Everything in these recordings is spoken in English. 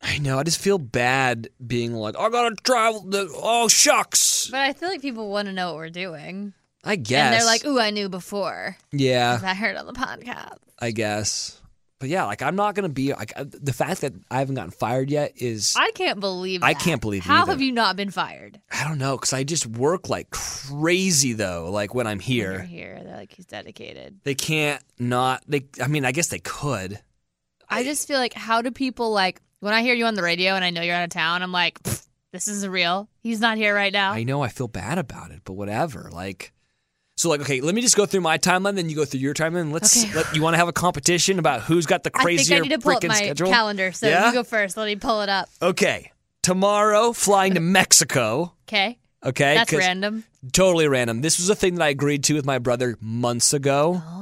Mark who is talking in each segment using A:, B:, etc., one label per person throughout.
A: I know. I just feel bad being like, I gotta travel. The, oh shucks.
B: But I feel like people want to know what we're doing.
A: I guess.
B: And they're like, ooh, I knew before.
A: yeah,
B: 'cause I heard on the podcast.
A: I guess. But yeah, like I'm not gonna be like I- the fact that I haven't gotten fired yet is I,
B: I can't believe
A: I
B: that.
A: can't believe
B: How
A: either.
B: have you not been fired?
A: don't know because I just work like crazy though. Like when I'm
B: They're
A: here,
B: here. They're like, he's dedicated.
A: they can't not. They. I mean, I guess they could.
B: I just feel like, how do people like, when I hear you on the radio and I know you're out of town, I'm like, "Pfft, this isn't real. He's not here right now.
A: I know I feel bad about it, but whatever. Like, so like, okay, let me just go through my timeline, then you go through your timeline. Let's.
B: Okay.
A: Let, you want to have a competition about who's got the crazier
B: I think I need to pull up
A: frickin'
B: my
A: schedule?
B: calendar. So
A: Yeah?
B: you go first. Let me pull it up.
A: Okay, tomorrow flying to Mexico.
B: Okay.
A: Okay,
B: That's
A: 'Cause-
B: random.
A: totally random. This was a thing that I agreed to with my brother months ago.
B: Oh,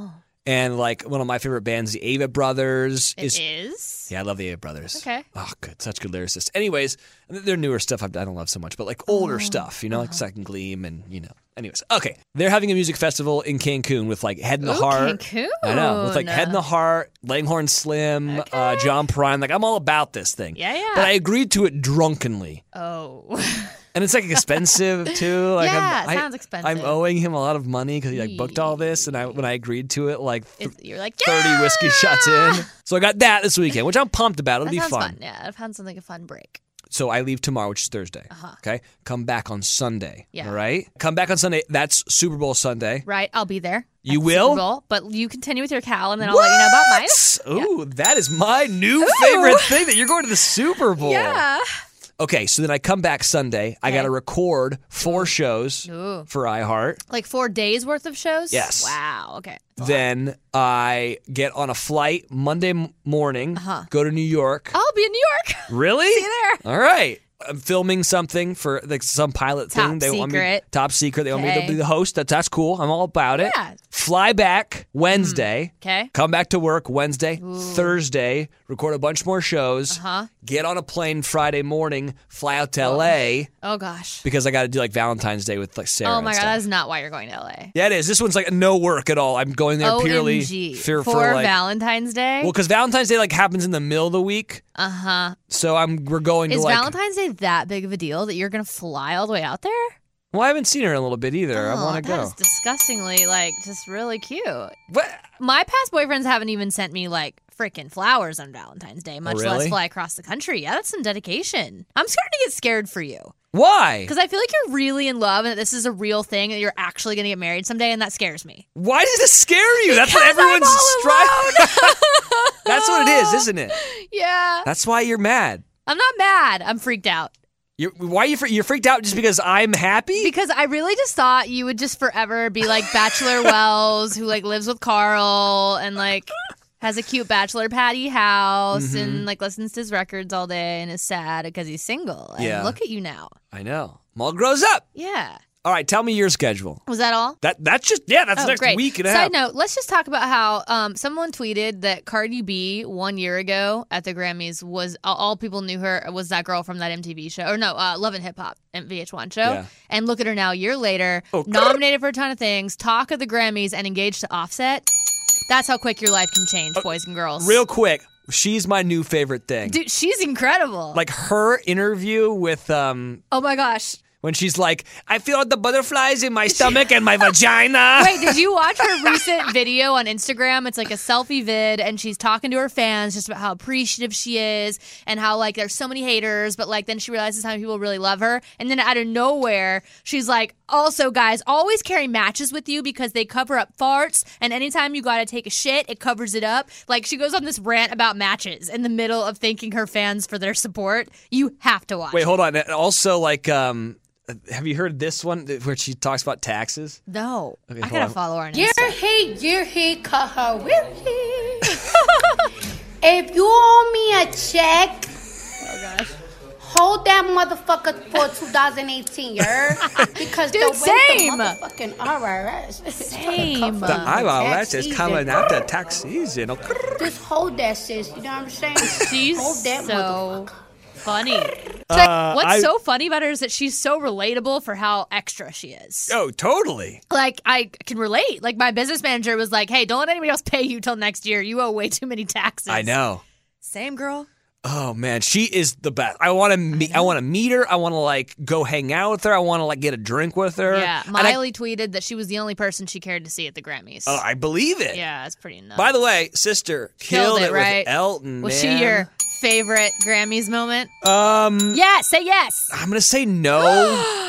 A: And like one of my favorite bands, the Ava Brothers,
B: It
A: is.
B: is.
A: Yeah, I love the Ava Brothers.
B: Okay.
A: Oh, good, such good lyricists. Anyways, th- their newer stuff I I don't love so much, but like
B: Oh,
A: older stuff, you know,
B: uh-huh.
A: like Second Gleam and you know. Anyways, okay, they're having a music festival in Cancun with like Head in the
B: Ooh,
A: Heart.
B: Cancun.
A: I know, with like Head in the Heart, Langhorn Slim, uh, John Prine. Like I'm all about this thing.
B: Yeah, yeah.
A: But I agreed to it drunkenly.
B: Oh.
A: And it's like expensive too. Like
B: Yeah,
A: I'm,
B: it
A: I-
B: sounds expensive.
A: I'm owing him a lot of money because he like booked all this, and I when I agreed to it, like th-
B: It's, you're like, yeah!
A: thirty whiskey shots in. So I got that this weekend, which I'm pumped about. It'll
B: That
A: be
B: sounds
A: fun.
B: fun. Yeah, I found something a fun break.
A: So I leave tomorrow, which is Thursday. Okay, come back on Sunday.
B: Uh-huh. Yeah.
A: All right, come back on Sunday. That's Super Bowl Sunday.
B: Right, I'll be there.
A: You
B: at the
A: will?
B: Super Bowl, but you continue with your cowl, and then I'll let you know about mine.
A: Ooh, that is my new favorite thing that you're going to the Super Bowl.
B: Yeah.
A: Okay, so then I come back Sunday. I
B: Okay.
A: got to record four shows
B: Ooh.
A: for iHeart.
B: Like four days worth of shows.
A: Yes.
B: Wow. Okay. That's a lot.
A: Then I get on a flight Monday m- morning,
B: Uh-huh.
A: go to New York.
B: I'll be in New York.
A: Really?
B: See you
A: All right. I'm filming something for like some pilot
B: Top
A: thing. They want me
B: secret.
A: top secret. They want me to
B: Okay.
A: be the host. That's that's cool. I'm all about it.
B: Yeah.
A: Fly back Wednesday.
B: there. Okay.
A: Come back to work Wednesday, Thursday, record a bunch more shows,
B: Uh-huh.
A: get on a plane Friday morning, fly out to LA
B: Oh gosh.
A: because I got to do like Valentine's Day with like Sarah.
B: Oh my
A: and
B: god,
A: stuff.
B: that's not why you're going to LA.
A: Yeah, it is. This one's like no work at all. I'm going there purely
B: Omg.
A: fear
B: for,
A: like
B: Valentine's Day.
A: well, because Valentine's Day like happens in the middle of the week,
B: uh huh.
A: so I'm we're going
B: Is
A: to like.
B: Valentine's Day that big of a deal that you're gonna fly all the way out there?
A: well, I haven't seen her in a little bit either. I
B: oh,
A: want to
B: That
A: go.
B: is disgustingly like just really cute.
A: What?
B: My past boyfriends haven't even sent me like freaking flowers on Valentine's Day, much
A: really?
B: less fly across the country. Yeah, that's some dedication. I'm starting to get scared for you
A: Why?
B: because I feel like you're really in love and that this is a real thing that you're actually going to get married someday, and that scares me.
A: Why does this scare you? That's what
B: Because I'm
A: everyone's
B: all
A: striving. That's what it is, isn't it?
B: Yeah,
A: That's why you're mad.
B: I'm not mad. I'm freaked out
A: You're, why are you fre- you're freaked out just because I'm happy?
B: because I really just thought you would just forever be like Bachelor Wells, who like lives with Carl and like. Has a cute bachelor patty house
A: Mm-hmm.
B: and like listens to his records all day and is sad because he's single. And
A: Yeah.
B: look at you now.
A: I know. I'm all grows up.
B: Yeah.
A: All right, tell me your schedule.
B: Was that all?
A: That that's just yeah. That's
B: Oh,
A: next
B: great.
A: week and a
B: Side
A: half.
B: note, let's just talk about how um, someone tweeted that Cardi B one year ago at the Grammys was all- all people knew her was that girl from that MTV show or no uh, Love and Hip Hop and VH1 show.
A: Yeah.
B: And look at her now, a year later,
A: Oh,
B: nominated for a ton of things, talk of the Grammys, and engaged to Offset. That's how quick your life can change, boys and girls.
A: Uh, Real quick, she's my new favorite thing.
B: dude, she's incredible.
A: Like her interview with um
B: oh my gosh.
A: when she's like, I feel the butterflies in my stomach and my vagina.
B: Wait, did you watch her recent video on Instagram? It's like a selfie vid, and she's talking to her fans just about how appreciative she is and how, like, there's so many haters, but, like, then she realizes how many people really love her. And then out of nowhere, she's like, also, guys, always carry matches with you because they cover up farts, and anytime you gotta take a shit, it covers it up. Like, she goes on this rant about matches in the middle of thanking her fans for their support. You have to watch.
A: Wait,
B: it.
A: hold on. And Also, like, um, have you heard this one th- where she talks about taxes?
B: No. I
A: hold
B: gotta
A: on.
B: follow her on
C: You're
B: Insta.
C: here, you're here, Kaha Willie. if you owe me a check,
B: Oh,
C: hold that motherfucker for 2018, year. Because
B: Dude,
C: the way
B: same.
C: the motherfucking RRS is
B: Same.
A: The IRS
C: tax
A: oh, is
C: season.
A: coming after tax season. Oh,
C: Just hold that, sis. You know what I'm saying?
B: She's
C: hold that
B: so
C: motherfucker.
B: funny. What's
A: Uh, I-
B: so funny about her is that she's so relatable for how extra she is.
A: Oh, totally.
B: Like I can relate. Like my business manager was like, "Hey, don't let anybody else pay you till next year. You owe way too many taxes."
A: I know.
B: Same girl.
A: Oh man, she is the best. I want to meet. I want to meet her. I want to like go hang out with her. I want to like get a drink with her.
B: Yeah,
A: And I,
B: Miley tweeted that she was the only person she cared to see at the Grammys.
A: oh, I believe it.
B: yeah, that's pretty nuts.
A: By the way, sister killed,
B: Killed it,
A: it,
B: right?
A: with Elton.
B: was
A: man.
B: she your favorite Grammys moment?
A: Um,
B: yes, say yes.
A: I'm gonna say no.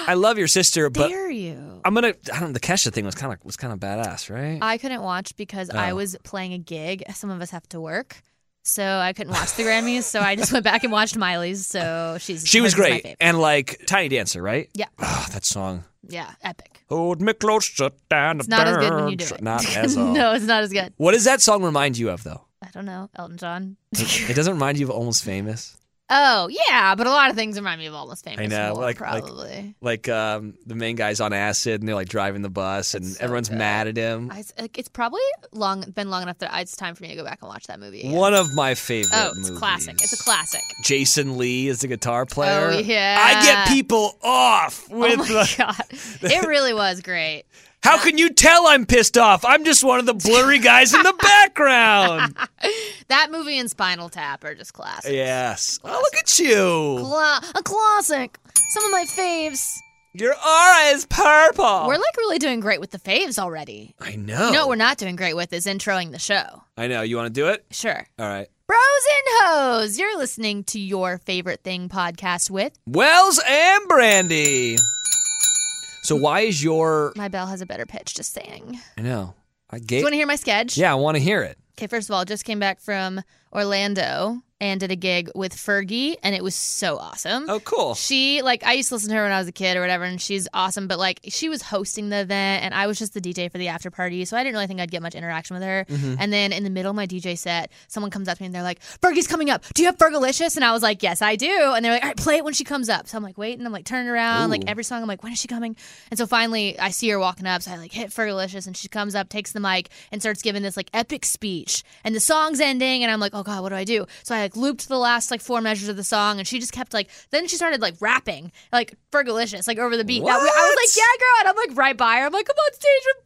A: I love your sister, but
B: Dare you?
A: I'm gonna. I don't. The Kesha thing was kind of was kind of badass, right?
B: I couldn't watch because
A: Oh.
B: I was playing a gig. Some of us have to work. So I couldn't watch the Grammys, so I just went back and watched Miley's. So she's
A: she was
B: hers is my
A: great
B: favorite.
A: and like Tiny Dancer, right?
B: Yeah.
A: Oh, that song.
B: Yeah, epic.
A: Hold me closer, down
B: It's not as good when you do it.
A: Not as all.
B: no, it's not as good.
A: What does that song remind you of, though?
B: I don't know, Elton John.
A: It doesn't remind you of Almost Famous,
B: oh yeah, but a lot of things remind me of Almost Famous.
A: I know,
B: more,
A: like- like-
B: probably.
A: like um, the main guy's on acid and they're like driving the bus and everyone's mad at him.
B: I, it's- like, it's probably long been long enough that it's time for me to go back and watch that movie. again.
A: One of my favorite.
B: Oh, it's a
A: movies.
B: classic. It's a classic.
A: Jason Lee is the guitar player.
B: yeah.
A: I get people off with
B: oh my
A: the,
B: god, it really was great.
A: How can you tell I'm pissed off? I'm just one of the blurry guys in the background.
B: That movie and Spinal Tap are just classic.
A: yes. Oh, look at you.
B: Cla- a classic. Some of my faves.
A: Your aura is purple.
B: We're like really doing great with the faves already.
A: I know.
B: You know what we're not doing great with is introing the show.
A: I know. You want to do it?
B: Sure.
A: All right.
B: Bros and hoes, you're listening to your favorite thing podcast with
A: Wells and Brandy. So why is your?
B: my bell has a better pitch. Just saying.
A: I know. I
B: Do
A: gave.
B: you want to hear my sketch?
A: yeah, I want to hear it.
B: Okay, first of all, just came back from Orlando and did a gig with Fergie, and it was so awesome.
A: Oh, cool.
B: She like I used to listen to her when I was a kid or whatever, and she's awesome. But like she was hosting the event, and I was just the DJ for the after party, so I didn't really think I'd get much interaction with her.
A: Mm-hmm.
B: And then in the middle of my DJ set, someone comes up to me and they're like, "Fergie's coming up. Do you have Fergalicious?" And I was like, "Yes, I do." And they're like, "All right, play it when she comes up." So I'm like, wait, and I'm like turning around, like
A: Ooh.
B: every song, I'm like, "When is she coming?" And so finally, I see her walking up, so I like hit Fergalicious, and she comes up, takes the mic, and starts giving this like epic speech, and the song's ending, and I'm like, "Oh God, what do I do?" So I like looped the last like four measures of the song, and she just kept like. Then she started like rapping, like Fergalicious, like over the beat. That- I was
A: What?
B: like, "Yeah, girl," and I'm like right by her. I'm like, "Come on stage with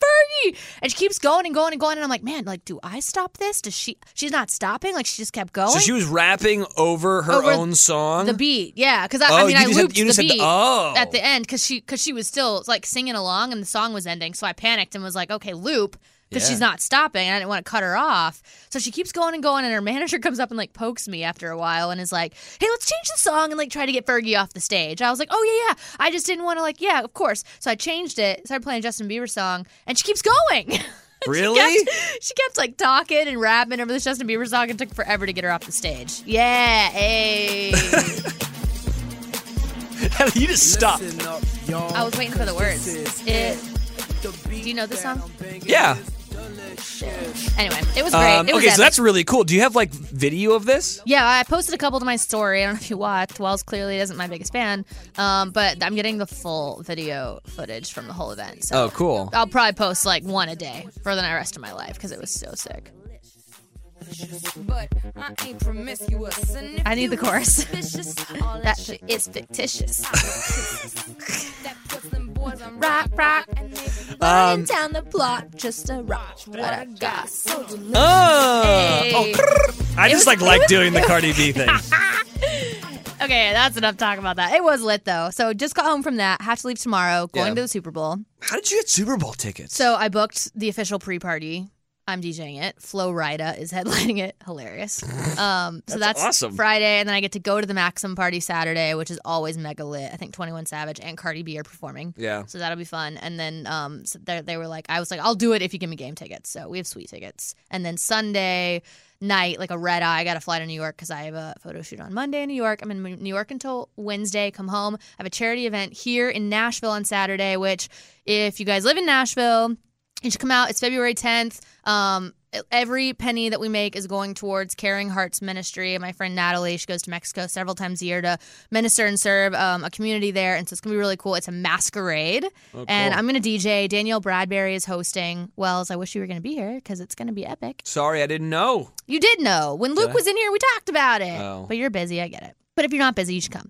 B: Fergie," and she keeps going and going and going, and I'm like, "Man, like, do I stop this? Does she? She's not stopping. Like, she just kept going."
A: So she was rapping over her
B: Over
A: own song.
B: the beat, yeah, because I, I
A: Oh,
B: mean,
A: you
B: I
A: just had-
B: looped
A: you just
B: the
A: had the-
B: beat
A: oh.
B: at the end because she because she was still like singing along and the song was ending, so I panicked and was like, okay, loop because
A: Yeah.
B: she's not stopping. And I didn't want to cut her off, so she keeps going and going, and her manager comes up and like pokes me after a while and is like, hey, let's change the song and like try to get Fergie off the stage. I was like, oh yeah, yeah, I just didn't want to like, yeah, of course. So I changed it, started playing a Justin Bieber song, and she keeps going.
A: really?
B: she kept like talking and rapping over this Justin Bieber song and took forever to get her off the stage. Yeah, hey.
A: you just stopped.
B: I was waiting for the words. It. Do you know this song?
A: Yeah.
B: Anyway, it was great.
A: Um,
B: it was
A: okay, so
B: epic.
A: that's really cool. Do you have like video of this?
B: Yeah, I posted a couple to my story. I don't know if you watched. Wells clearly isn't my biggest fan, um, but I'm getting the full video footage from the whole event. So
A: Oh, cool.
B: I'll probably post like one a day for the rest of my life because it was so sick.
D: But I ain't promiscuous. And if
B: I need the
D: you
B: chorus.
D: suspicious, all that
B: That
D: shit
B: shit is fictitious.
D: that puts them boys on
B: rock, rock.
D: And they
A: Um,
B: down the block, just a rock. What I
D: got so delicious.
A: Oh,
B: Hey.
A: I just like like doing the Cardi B thing.
B: Okay, that's enough talk about that. It was lit though. So just got home from that. Have to leave tomorrow. Going
A: Yeah.
B: to the Super Bowl.
A: How did you get Super Bowl tickets?
B: So I booked the official pre-party. I'm DJing it. Flo Rida is headlining it. Hilarious. Um, so
A: That's
B: that's,
A: awesome.
B: Friday, and then I get to go to the Maxim party Saturday, which is always mega lit. I think 21 Savage and Cardi B are performing.
A: yeah.
B: So that'll be fun. And then um, so they, they were like, I was like, I'll do it if you give me game tickets. So we have sweet tickets. And then Sunday night, like a red eye, I got to fly to New York because I have a photo shoot on Monday in New York. I'm in New York until Wednesday. Come home. I have a charity event here in Nashville on Saturday, which if you guys live in Nashville, you should come out. It's February 10th. Um, every penny that we make is going towards Caring Hearts Ministry. My friend Natalie, she goes to Mexico several times a year to minister and serve um, a community there. And so it's going to be really cool. It's a masquerade. And I'm going to DJ. Danielle Bradbury is hosting. Wells, I wish you were going to be here because it's going to be epic.
A: Sorry, I didn't know.
B: You did know. When Luke was in here, we talked about it.
A: Oh.
B: But you're busy. I get it. But if you're not busy, you should come.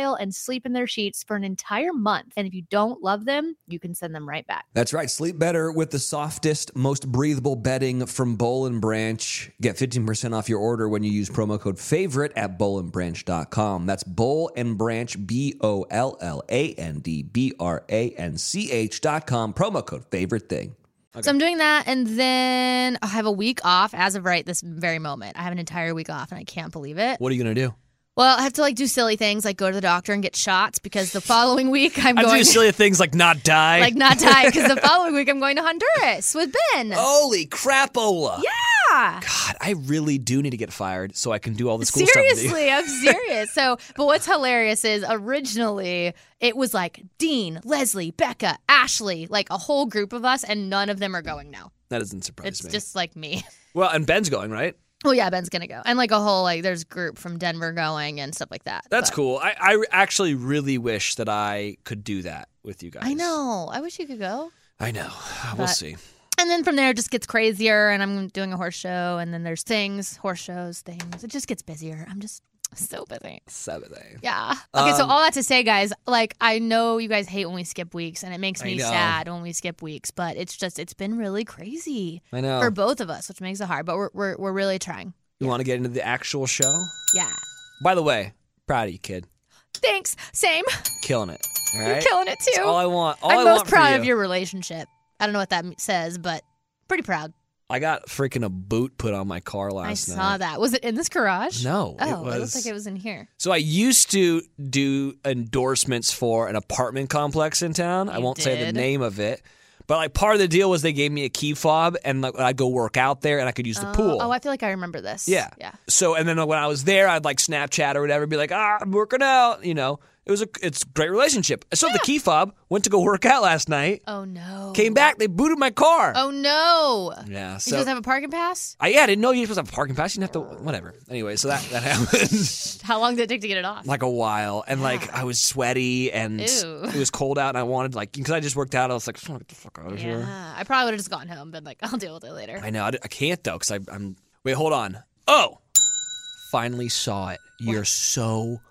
B: and sleep in their sheets for an entire month. And if you don't love them, you can send them right back.
A: That's right. Sleep better with the softest, most breathable bedding from Bowl and Branch. Get 15% off your order when you use promo code favorite at bowlandbranch.com. That's Bowl and Branch, B O L L A N D B R A N C H.com. Promo code favorite thing.
B: So I'm doing that. And then I have a week off as of right this very moment. I have an entire week off, and I can't believe it.
A: What are you going to do?
B: Well, I have to like do silly things like go to the doctor and get shots because the following week I'm
A: I'm
B: going
A: doing silly things like not die.
B: like not die because the following week I'm going to Honduras with Ben.
A: Holy crapola.
B: Yeah.
A: Oh, God, I really do need to get fired so I can do all the school stuff. with you.
B: Seriously, I'm serious. So, but what's hilarious is originally it was like Dean, Leslie, Becca, Ashley, like a whole group of us, and none of them are going now.
A: That doesn't surprise
B: It's
A: me.
B: just like me.
A: well, and Ben's going, right?
B: Oh yeah, Ben's gonna go, and like a whole like there's group from Denver going and stuff like that.
A: That's
B: But-
A: cool. I, I actually really wish that I could do that with you guys.
B: I know. I wish you could go.
A: I know. We'll
B: But-
A: see.
B: And then from there, it just gets crazier, and I'm doing a horse show, and then there's things, horse shows, things. It just gets busier. I'm just so busy.
A: Saturday.
B: Yeah. Okay, so
A: Um,
B: all that to say, guys, like I know you guys hate when we skip weeks, and it makes
A: I
B: me
A: know.
B: sad when we skip weeks, but it's just it's been really crazy
A: I know.
B: for both of us, which makes it hard. But we're we're, we're really trying.
A: you want to get into the actual show?
B: Yeah.
A: By the way, proud of you, kid.
B: Thanks. Same.
A: Killing it. All right?
B: You're killing it
A: That's all
B: too.
A: I want. All I
B: I'm most
A: want for
B: proud of
A: you.
B: your relationship. I don't know what that m- says, but pretty proud.
A: I got freaking a boot put on my car
B: I
A: last
B: saw
A: night.
B: that. Was it in this garage?
A: No,
B: Oh,
A: it
B: it
A: was-
B: looks like it was in here.
A: So I used to do endorsements for an apartment complex in town. I
B: You
A: won't say the
B: did?
A: name of it. But like part of the deal was they gave me a key fob and like I'd go work out there and I could use the
B: Oh,
A: pool.
B: Oh, I feel like I remember this.
A: Yeah.
B: Yeah.
A: So and then when I was there, I'd like Snapchat or whatever, be like, ah, I'm working out. You know, it was a it's a great relationship. So the key fob went to go work out last night,
B: Oh no.
A: came back, they booted my car.
B: Oh no.
A: Yeah.
B: you
A: Mm, So
B: guys have a parking pass?
A: I yeah, I didn't know you were supposed to have a parking pass. You didn't have to whatever. Anyway, so that that happened
B: How long did it take to get it off?
A: like a while, and like I was sweaty and s-
B: Ew.
A: it was cold out, and I wanted like because I just worked out, I was like, I just want to get the fuck out of here.
B: Yeah, I probably would have just gone home, been like, I'll deal with it later.
A: I know. I, d- I can't though because I'm. Wait, hold on. Oh, finally saw it. You're so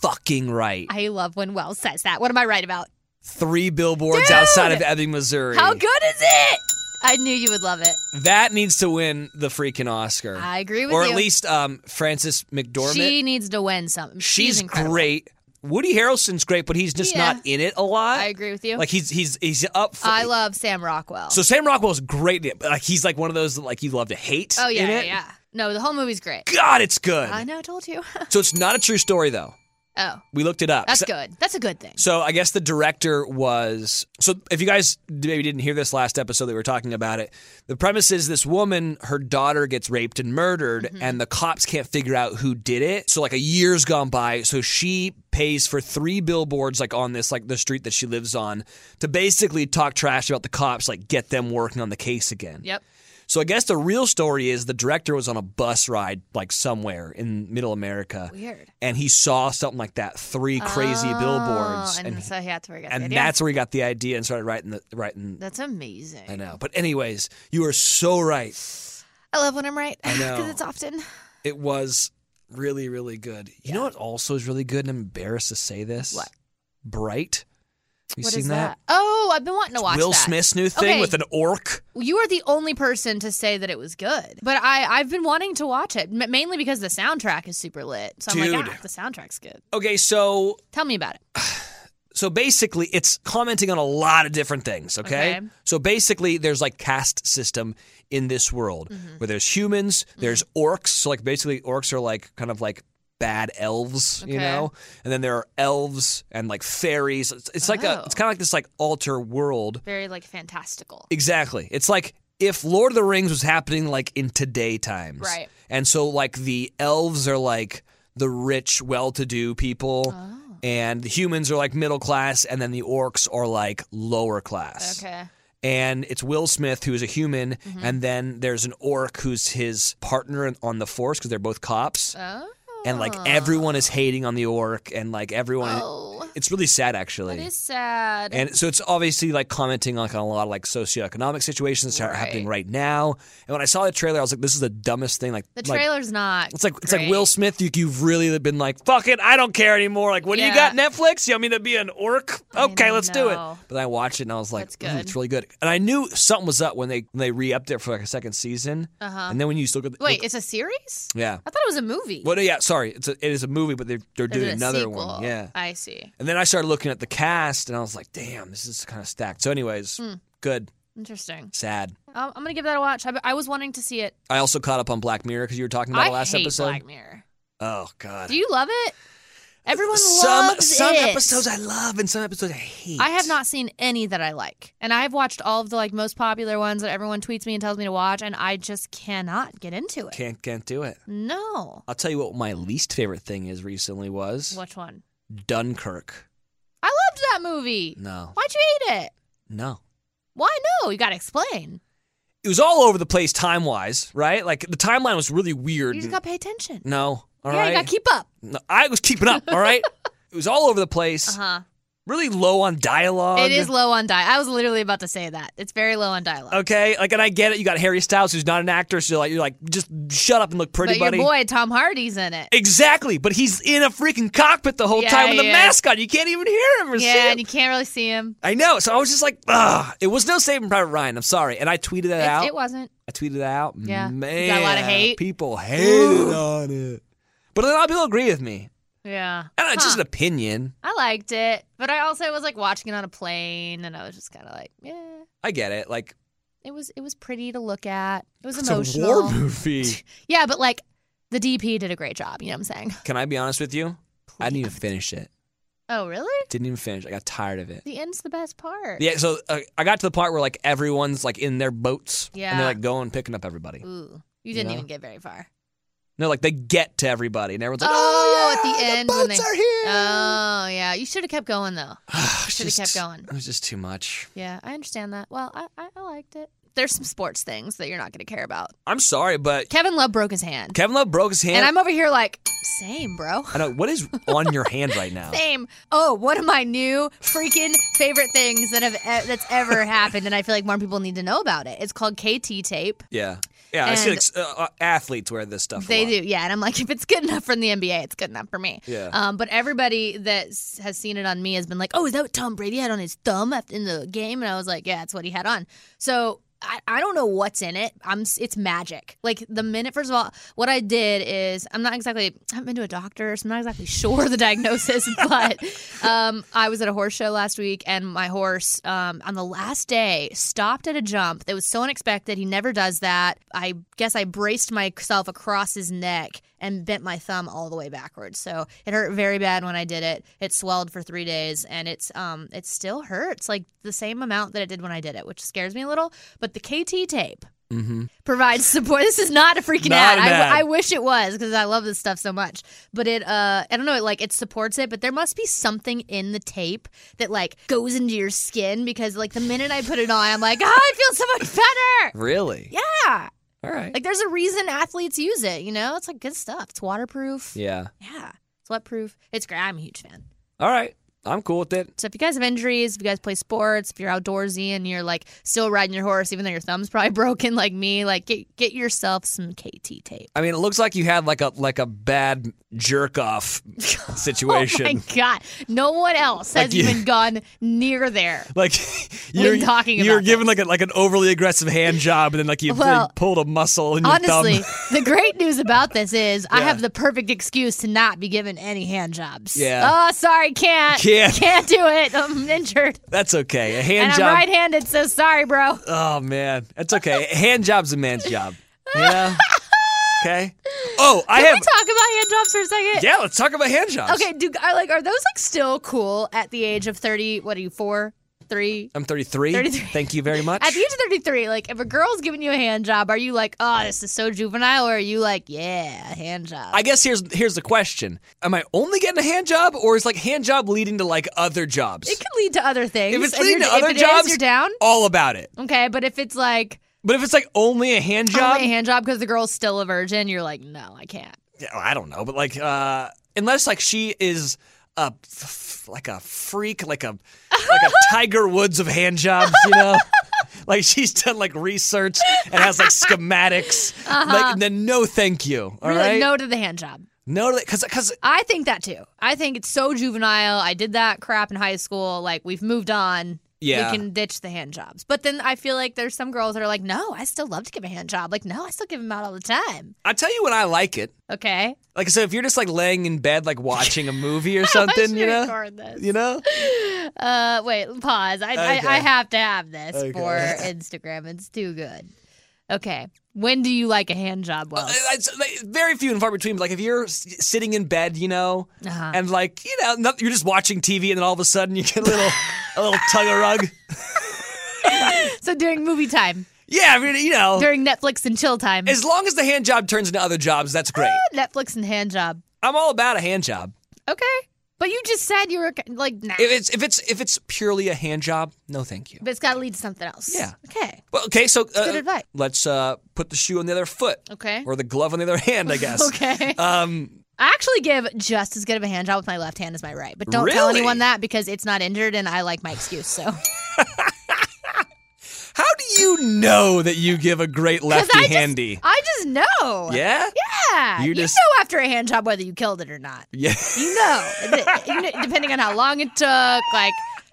A: fucking right.
B: I love when Wells says that. What am I right about?
A: Three billboards
B: Dude!
A: outside of Ebbing, Missouri.
B: How good is it? I knew you would love it.
A: that needs to win the freaking Oscar.
B: I agree with
A: or
B: you.
A: at least um, Frances McDormand.
B: She needs to win something. She's,
A: She's
B: incredible.
A: great. Woody Harrelson's great, but he's just
B: Yeah.
A: not in it a lot.
B: I agree with you.
A: Like he's he's he's up. For,
B: I love Sam Rockwell.
A: so Sam Rockwell's great. In it, but like he's like one of those that, like you love to hate.
B: oh yeah,
A: in
B: yeah,
A: it.
B: yeah. No, the whole movie's great.
A: God, it's good.
B: I know, I told you.
A: So it's not a true story though.
B: oh,
A: We looked it up.
B: that's
A: So-
B: good. That's a good thing.
A: So I guess the director was. So if you guys maybe didn't hear this last episode that we were talking about it, the premise is this woman, her daughter gets raped and murdered,
B: Mm-hmm.
A: and the cops can't figure out who did it. So like a year's gone by, so she pays for three billboards like on this like the street that she lives on to basically talk trash about the cops, like get them working on the case again.
B: Yep.
A: So I guess the real story is the director was on a bus ride like somewhere in middle America.
B: Weird.
A: And he saw something like that, three crazy billboards.
B: Oh, and, so he had to forget
A: and
B: the idea.
A: that's where he got the idea and started writing the writing
B: that's amazing.
A: I know. But anyways, you are so right.
B: I love when I'm right
A: know.
B: because it's often.
A: It was really, really good. You know what also is really good, and I'm embarrassed to say this.
B: What?
A: Bright. You
B: What
A: seen
B: is that? Oh, I've been wanting to watch
A: Will
B: that.
A: Smith's new thing
B: Okay.
A: with an orc.
B: You are the only person to say that it was good, but I I've been wanting to watch it m- mainly because the soundtrack is super lit. So I'm
A: Dude.
B: like, ah, the soundtrack's good.
A: Okay, so
B: Tell me about it.
A: So basically, it's commenting on a lot of different things, okay?
B: Okay.
A: So basically, there's like caste system in this world
B: Mm-hmm.
A: where there's humans, there's orcs. So like basically, orcs are like kind of like bad elves, you
B: Okay.
A: know? And then there are elves and like fairies. It's, it's like a,
B: Oh.
A: it's kind of like this like alter world.
B: Very like fantastical.
A: Exactly. It's like if Lord of the Rings was happening like in today times.
B: Right.
A: And so like the elves are like the rich, well to do people.
B: Oh.
A: And the humans are like middle class, and then the orcs are like lower class.
B: Okay. Mm-hmm.
A: And it's Will Smith, who is a human, and then there's an orc who's his partner in- on the force because they're both cops.
B: Oh.
A: And like everyone is hating on the orc, and like everyone.
B: Oh.
A: It's really sad, actually.
B: That is sad.
A: And so it's obviously like commenting like on a lot of like socioeconomic situations that are happening right now. And when I saw the trailer, I was like, this is the dumbest thing. Like
B: the
A: like,
B: trailer's not.
A: it's like it's like
B: great.
A: Will Smith. You, you've really been like, fuck it, I don't care anymore. Like, what do you got,
B: Yeah.
A: Netflix? You want me to be an orc? Okay, let's do it.
B: know.
A: But then I watched it and I was like,
B: That's
A: "Mm, it's
B: good.
A: really good. And I knew something was up when they when they re upped it for like a second season. Uh-huh. And then when you look at the,
B: Wait,
A: look- Mm.
B: it's a series?
A: yeah,
B: I thought it was a movie.
A: well, yeah, sorry, it's a, it is a movie, but they're they're
B: Is it
A: doing
B: a
A: another
B: sequel?
A: one. Yeah,
B: I see.
A: and then I started looking at the cast and I was like, damn, this is kind of stacked. So, anyways,
B: Hmm.
A: good,
B: Interesting.
A: sad.
B: Um, I'm gonna give that a watch. I, I was wanting to see it.
A: I also caught up on Black Mirror because you were talking about
B: I
A: it last
B: hate
A: episode.
B: Black Mirror.
A: oh, God.
B: Do you love it? Everyone
A: some
B: loves
A: some
B: it.
A: episodes I love and some episodes I hate.
B: I have not seen any that I like, and I have watched all of the like most popular ones that everyone tweets me and tells me to watch, and I just cannot get into it.
A: Can't, can't do it.
B: No,
A: I'll tell you what my least favorite thing is recently was
B: which one?
A: Dunkirk.
B: I loved that movie.
A: No,
B: Why'd you hate it?
A: no.
B: Why no? You gotta explain.
A: It was all over the place time wise, right? Like the timeline was really weird.
B: You
A: and-
B: just gotta pay attention.
A: no, Mm. all right.
B: yeah, you gotta keep up.
A: No, I was keeping up, all right? it was all over the place.
B: Uh huh.
A: Really low on dialogue.
B: It is low on dialogue. I was literally about to say that. It's very low on dialogue.
A: Okay, like, and I get it. You got Harry Styles, who's not an actor, so like, you're like, just shut up and look pretty,
B: but
A: buddy.
B: your boy Tom Hardy's in it.
A: exactly, but he's in a freaking cockpit the whole
B: Yeah,
A: time with the
B: he is.
A: mask on. You can't even hear him or see
B: yeah,
A: him.
B: and you can't really see him.
A: I know. So I was just like, ugh. It was no Saving Private Ryan. I'm sorry, and I tweeted that
B: It,
A: out.
B: it wasn't.
A: I tweeted it out.
B: Yeah.
A: man,
B: You got a lot of hate?
A: People hated on it, but a lot of people agree with me.
B: Yeah.
A: I don't know, it's
B: Huh.
A: just an opinion.
B: I liked it, but I also was like watching it on a plane, and I was just kind of like, yeah.
A: I get it. Like
B: It was it was pretty to look at. It was
A: it's
B: emotional.
A: a war movie.
B: Yeah, but like the DP did a great job. You know what I'm saying?
A: Can I be honest with you? I didn't even finish it.
B: Oh, really?
A: Didn't even finish. I got tired of it.
B: The end's the best part.
A: Yeah, so uh, I got to the part where like everyone's like in their boats and
B: Yeah.
A: they're like going picking up everybody.
B: Ooh, you didn't
A: know?
B: even get very far.
A: No, like they get to everybody and everyone's like,
B: Oh,
A: "Oh,
B: at the
A: yeah,
B: end
A: the
B: when
A: boats
B: they-
A: are here."
B: Oh, yeah. You should have kept going though.
A: It's
B: Should've kept
A: just-
B: going.
A: It was just too much.
B: Yeah, I understand that. Well, I I, I liked it. There's some sports things that you're not going to care about.
A: I'm sorry, but
B: Kevin Love broke his hand,
A: Kevin Love broke his hand.
B: and I'm over here like, same, bro.
A: I know what is on your hand right now.
B: Same. Oh, one of my new freaking favorite things that have e- that's ever happened, and I feel like more people need to know about it. It's called KT tape.
A: Yeah, yeah. I see
B: And-
A: like s- uh, uh, athletes wear this stuff. a
B: They
A: lot.
B: do, yeah. And I'm like, if it's good enough for the NBA, it's good enough for me.
A: Yeah.
B: Um, but everybody that s- has seen it on me has been like, oh, is that what Tom Brady had on his thumb after- in the game? And I was like, yeah, that's what he had on. So. I, I don't know what's in it. I'm s- it's magic. Like the minute, first of all, what I did is I'm not exactly I haven't been to a doctor, so I'm not exactly sure the diagnosis. but um, I was at a horse show last week, and my horse um, on the last day stopped at a jump that was so unexpected. He never does that. I guess I braced myself across his neck and bent my thumb all the way backwards. So it hurt very bad when I did it. It swelled for three days, and it's um it still hurts like the same amount that it did when I did it, which scares me a little. But the KT tape provides support. This is not a freaking
A: Not
B: ad.
A: an
B: I,
A: ad.
B: I wish it was because I love this stuff so much. But it, uh, I don't know, it, like it supports it. But there must be something in the tape that like goes into your skin because like the minute I put it on, I'm like, oh, I feel so much better.
A: Really?
B: Yeah,
A: All right.
B: like there's a reason athletes use it. You know, it's like good stuff. It's waterproof.
A: yeah.
B: Yeah, it's wetproof. It's great. I'm a huge fan.
A: All right. I'm cool with it.
B: So if you guys have injuries, if you guys play sports, if you're outdoorsy and you're like still riding your horse, even though your thumb's probably broken, like me, like get get yourself some KT tape.
A: I mean, it looks like you had like a like a bad jerk off situation.
B: Oh My God, no one else has
A: Like you-
B: even gone near there.
A: Like
B: We're
A: you're
B: talking
A: you're
B: about
A: given
B: this.
A: like a, like an overly aggressive hand job, and then like you you
B: Well,
A: pulled a muscle in your
B: Honestly,
A: thumb.
B: the great news about this is I
A: Yeah.
B: have the perfect excuse to not be given any hand jobs.
A: Yeah.
B: Oh, sorry, can't.
A: Leanne.
B: Can't do it. I'm injured.
A: That's okay. A hand
B: And I'm
A: job.
B: right handed, so sorry, bro.
A: Oh man, that's okay. A hand job's a man's job. Yeah. Okay. Oh, I
B: Can
A: have.
B: we talk about hand jobs for a second?
A: yeah, let's talk about hand jobs.
B: Okay, do are like are those like still cool at the age of thirty? What are you four, three?
A: I'm 33.
B: 33.
A: Thank you very much.
B: At the age of thirty three, like if a girl's giving you a hand job, are you like, oh, this is so juvenile, or are you like, yeah, hand job?
A: I guess here's here's the question: Am I only getting a hand job, or is like hand job leading to like other jobs?
B: it could lead to other things.
A: if it's
B: and
A: leading to
B: you're-
A: other
B: if it is,
A: jobs,
B: you're down.
A: All about it.
B: Okay, but if it's like
A: But if it's like only a hand job,
B: only a hand job because the girl's still a virgin, you're like, no, I can't.
A: yeah, oh, I don't know. But like, uh, unless like she is a f- f- like a freak, like a like a Tiger Woods of hand jobs, you know. Like she's done like research and has like schematics. Like then no, thank you. All
B: You're
A: right,
B: like, no to the hand job.
A: no, because because
B: I think that too. I think it's so juvenile. I did that crap in high school. Like we've moved on.
A: Yeah.
B: We can ditch the hand jobs. But then I feel like there's some girls that are like, no, I still love to give a hand job. Like, no, I still give them out all the time.
A: I tell you when I like it.
B: Okay.
A: Like so, if you're just like laying in bed, like watching a movie or something,
B: should
A: you know,
B: record this.
A: you know,
B: Uh, wait, pause. I,
A: Okay.
B: I, I have to have this
A: Okay.
B: for Instagram. It's too good. Okay. When do you like a hand job? Well,
A: I- I- it's, like, very few and far between. but, Like if you're s- sitting in bed, you know,
B: Uh-huh.
A: and like you know, not, you're just watching TV, and then all of a sudden you get a little, a little tug of rug.
B: so during movie time,
A: Yeah, I mean, you know,
B: during Netflix and chill time,
A: as long as the hand job turns into other jobs, that's great.
B: Netflix and hand job.
A: I'm all about a hand job.
B: Okay. But you just said you were like, nah.
A: If it's if it's if it's purely a hand job, no, thank you.
B: But it's got to lead to something else.
A: Yeah.
B: Okay.
A: Well, okay, so uh,
B: good advice.
A: let's uh, put the shoe on the other foot,
B: Okay.
A: or the glove on the other hand, I guess.
B: okay.
A: Um,
B: I actually give just as good of a hand job with my left hand as my right, but don't tell
A: Really?
B: anyone that because it's not injured and I like my excuse. So
A: how do you know that you give a great
B: because
A: lefty
B: I just, Oh,
A: handy?
B: I just know.
A: yeah.
B: Yeah.
A: You
B: You,
A: just-
B: know after a hand job whether you killed it or not.
A: Yeah.
B: You know, You know, depending on how long it took, like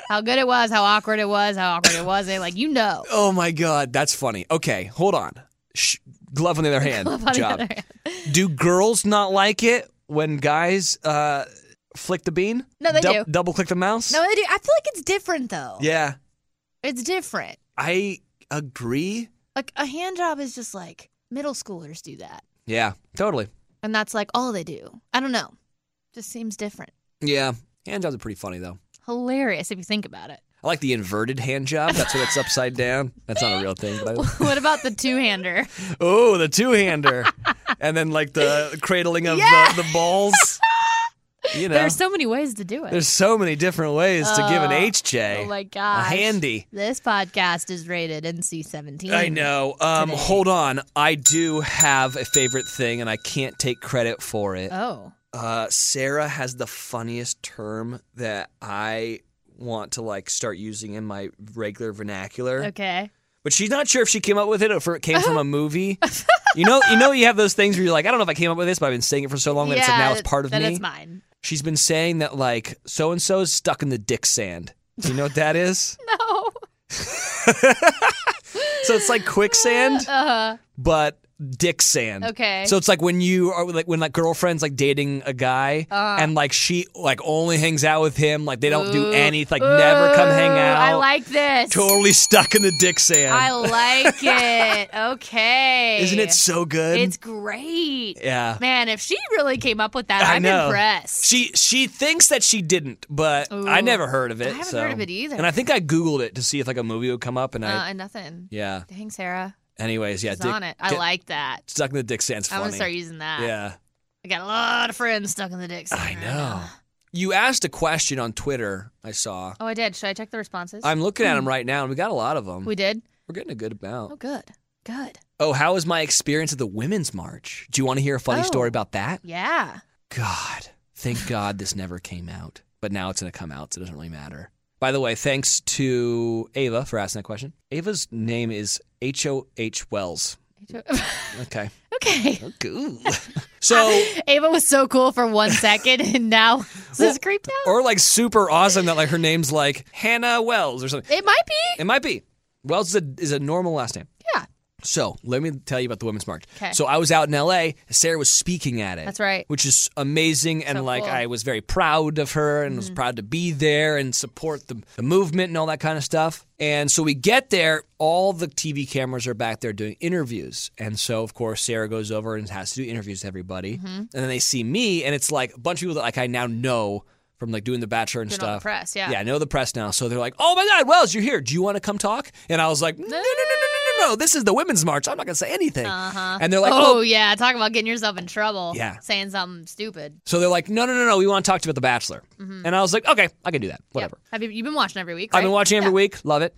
B: how good it was, how awkward it was, how awkward it wasn't. Like you know.
A: Oh my God, that's funny. Okay, hold on. Sh- glove on the other hand.
B: on the
A: Oh, job.
B: other hand.
A: Do girls not like it when guys uh, flick the bean?
B: No, they
A: Dou-
B: do.
A: Double click the mouse.
B: No, I do. I feel like it's different though.
A: Yeah,
B: It's different.
A: I agree.
B: Like a hand job is just like middle schoolers do that.
A: Yeah, totally.
B: and that's like all they do. I don't know. Just seems different.
A: Yeah, hand jobs are pretty funny though.
B: Hilarious if you think about it.
A: I like the inverted hand job. That's when it's upside down. That's not a real thing. But I...
B: What about the two-hander?
A: Oh, the two hander, and then like the cradling of the, the balls. You know,
B: There are so many ways to do it.
A: there's so many different ways to give an HJ.
B: oh my
A: a
B: gosh.
A: handy.
B: This podcast is rated NC-17.
A: I know. Um,
B: Mm. today.
A: hold on. I do have a favorite thing, and I can't take credit for it.
B: Oh.
A: Uh, Sarah has the funniest term that I want to like start using in my regular vernacular,
B: Okay.
A: but she's not sure if she came up with it or if it came from a movie. you know, you know, you have those things where you're like, I don't know if I came up with this, but I've been saying it for so long that it's like now it's
B: that-
A: part of
B: that
A: me.
B: it's mine.
A: She's been saying that like so and so's stuck in the dick sand. Do you know what that is?
B: No.
A: so it's like quicksand.
B: Uh,
A: but dick sand.
B: Okay.
A: So it's like when you are like when like girlfriend's like dating a guy
B: Uh.
A: and like she like only hangs out with him, like they don't do anything, like never come hang
B: ooh,
A: out.
B: I like this.
A: totally stuck in the dick sand.
B: I like it. Okay.
A: Isn't it so good?
B: It's great.
A: yeah.
B: Man, if she really came up with that,
A: I
B: I'm
A: know.
B: impressed.
A: She she thinks that she didn't, but I
B: Ooh.
A: never heard of it.
B: I haven't
A: so-
B: heard of it either.
A: And I think I googled it to see if like a movie would come up, and
B: uh,
A: I
B: and nothing.
A: yeah.
B: Dang, Sarah.
A: Anyways, yeah,
B: She's
A: dick-
B: on it. I
A: get-
B: like that.
A: stuck in the dick sand's
B: I'm
A: funny.
B: going to start using that.
A: yeah.
B: I got a lot of friends stuck in the dick. sand
A: I
B: right
A: know.
B: now.
A: You asked a question on Twitter. I saw.
B: Oh, I did. Should I check the responses?
A: I'm looking at them right now, and we got a lot of them.
B: we did?
A: We're getting a good
B: Oh,
A: amount.
B: good. Good.
A: Oh, how was my experience at the Women's March? Do you want to hear a funny
B: Oh.
A: story about that?
B: Yeah.
A: God, thank God this never came out, but now it's going to come out, so it doesn't really matter. By the way, thanks to Ava for asking that question. Ava's name is H O H Wells. Okay.
B: Okay.
A: Cool. So,
B: Ava was so cool for one second, and now is this creeped out?
A: or like super awesome that like her name's like Hannah Wells or something.
B: it might be.
A: It might be. Wells is a, is a normal last name.
B: Yeah.
A: So let me tell you about the women's march.
B: 'Kay.
A: So I was out in L.A. Sarah was speaking at it.
B: That's right.
A: Which is amazing, and
B: So
A: like
B: cool. Mm-hmm.
A: I was very proud of her, and was proud to be there and support the, the movement and all that kind of stuff. And so we get there, all the TV cameras are back there doing interviews, and so of course Sarah goes over and has to do interviews to everybody,
B: Mm-hmm.
A: and then they see me, and it's like a bunch of people that like I now know. From like doing the Bachelor and
B: Doing all
A: stuff,
B: the press, yeah.
A: yeah, I know the press now. So they're like, "Oh my God, Wells, you're here. Do you want to come talk?" And I was like, "No, no, no, no, no, no, no. This is the women's march. I'm not gonna say anything." Uh-huh. And they're like,
B: oh,
A: "Oh,
B: yeah, talk about getting yourself in trouble.
A: Yeah.
B: saying something stupid.
A: so they're like, "No, no, no, no. We want to talk to you about the Bachelor." And I was like, "Okay, I can do that.
B: Mm-hmm. Yeah.
A: Whatever.
B: Have you, you've been watching every week?
A: I've been
B: right?
A: watching every
B: Yeah.
A: week. Love it.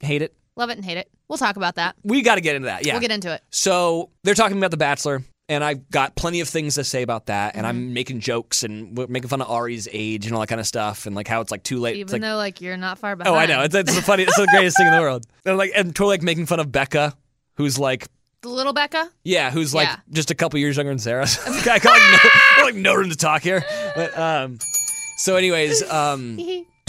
A: Hate it.
B: Love it and hate it. We'll talk about that.
A: We got to get into that. Yeah,
B: We'll get into it.
A: So they're talking about The Bachelor, and I've got plenty of things to say about that. And
B: Mm-hmm.
A: I'm making jokes and we're making fun of Ari's age and all that kind of stuff, and like how it's like too late.
B: Even
A: It's like,
B: though like you're not far behind.
A: oh, I know. It's, it's the funny. It's the greatest thing in the world. And like, and totally like making fun of Becca, who's like
B: The little Becca.
A: Yeah, who's like
B: Yeah.
A: just a couple years younger than Sarah. So I got like, no, I got, like no room to talk here. But um, so anyways, um,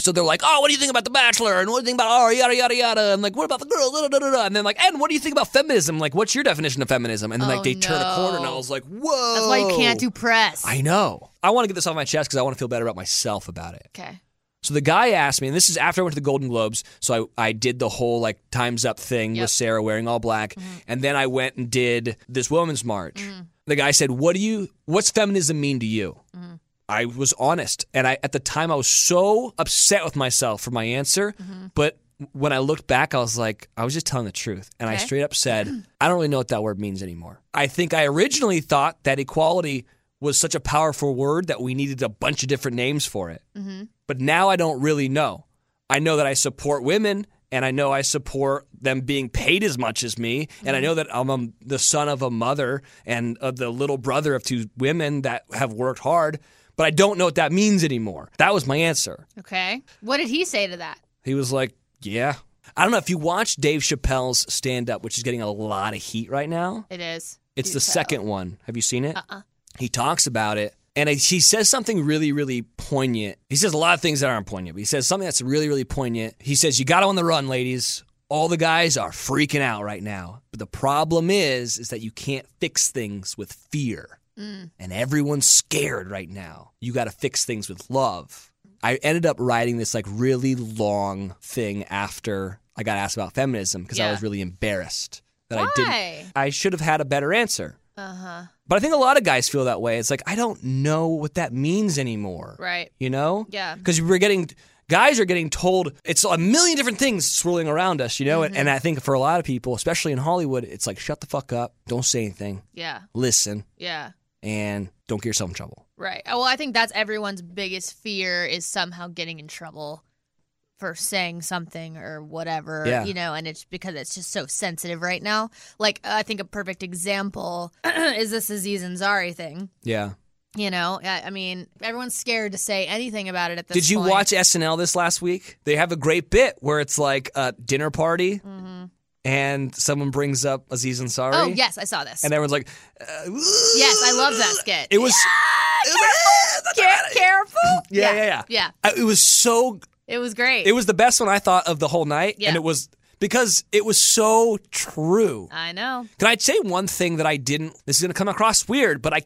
A: so they're like, oh, what do you think about The Bachelor? And what do you think about Ari? Yada yada yada. And like, what about the girl? Da, da, da, da, da. And then like, and what do you think about feminism? Like, what's your definition of feminism? And then like
B: Oh,
A: they turn a corner, and I
B: no.
A: was like, whoa.
B: That's why you can't do press.
A: I know. I want to get this off my chest because I want to feel better about myself about it.
B: okay.
A: So the guy asked me, and this is after I went to the Golden Globes. So I, I did the whole like times up thing
B: Yep. Mm-hmm.
A: with Sarah wearing all black, and then I went and did this women's march. The guy said, "What do you? What's feminism mean to you?"
B: Mm-hmm.
A: I was honest, and I at the time I was so upset with myself for my answer,
B: Mm-hmm.
A: but. When I looked back, I was like, I was just telling the truth. And I
B: Okay.
A: straight up said, I don't really know what that word means anymore. I think I originally thought that equality was such a powerful word that we needed a bunch of different names for it but now I don't really know. I know that I support women and I know I support them being paid as much as me. And I know that I'm um the son of a mother and of the little brother of two women that have worked hard, but I don't know what that means anymore. That was my answer.
B: Okay. What did he say to that?
A: He was like, Yeah. I don't know if you watch Dave Chappelle's stand up, which is getting a lot of heat right now.
B: It is.
A: It's
B: Do
A: the
B: tell.
A: second one. Have you seen it? Uh-uh. He talks about it, and I- he says something really, really poignant. He says a lot of things that aren't poignant, but he says something that's really, really poignant. He says, "You got to on the run, ladies. All the guys are freaking out right now, but the problem is, is that you can't fix things with fear,
B: Mm.
A: and everyone's scared right now. You got to fix things with love." I ended up writing this like really long thing after I got asked about feminism because I
B: Yeah.
A: was really embarrassed that I didn't
B: Why?
A: I should have had a better answer.
B: Uh huh.
A: But I think a lot of guys feel that way. It's like, I don't know what that means anymore.
B: Right.
A: You know?
B: Yeah.
A: Because we're getting, guys are getting told it's a million different things swirling around us, you know?
B: Mm-hmm.
A: And, and I think for a lot of people, especially in Hollywood, it's like, shut the fuck up, don't say anything,
B: Yeah.
A: listen,
B: Yeah.
A: and don't get yourself in trouble.
B: Right. Oh, Well, I think that's everyone's biggest fear is somehow getting in trouble for saying something or whatever,
A: Yeah.
B: you know, and it's because it's just so sensitive right now. Like, I think a perfect example is this Aziz Ansari thing.
A: Yeah.
B: You know, I, I mean, everyone's scared to say anything about it at this
A: Did you
B: point.
A: watch SNL this last week? They have a great bit where it's like a dinner party and someone brings up Aziz Ansari.
B: Mm-hmm. Oh, yes, I saw this.
A: And everyone's like, uh,
B: yes, I love that skit.
A: It was. it was like, "Eh,
B: Care- careful.
A: yeah, yeah, yeah.
B: Yeah.
A: I, it was so.
B: It was great.
A: It was the best one I thought of the whole night,
B: Yeah.
A: and it was because it was so true.
B: I know.
A: Can I say one thing that I didn't? This is going to come across weird, but I,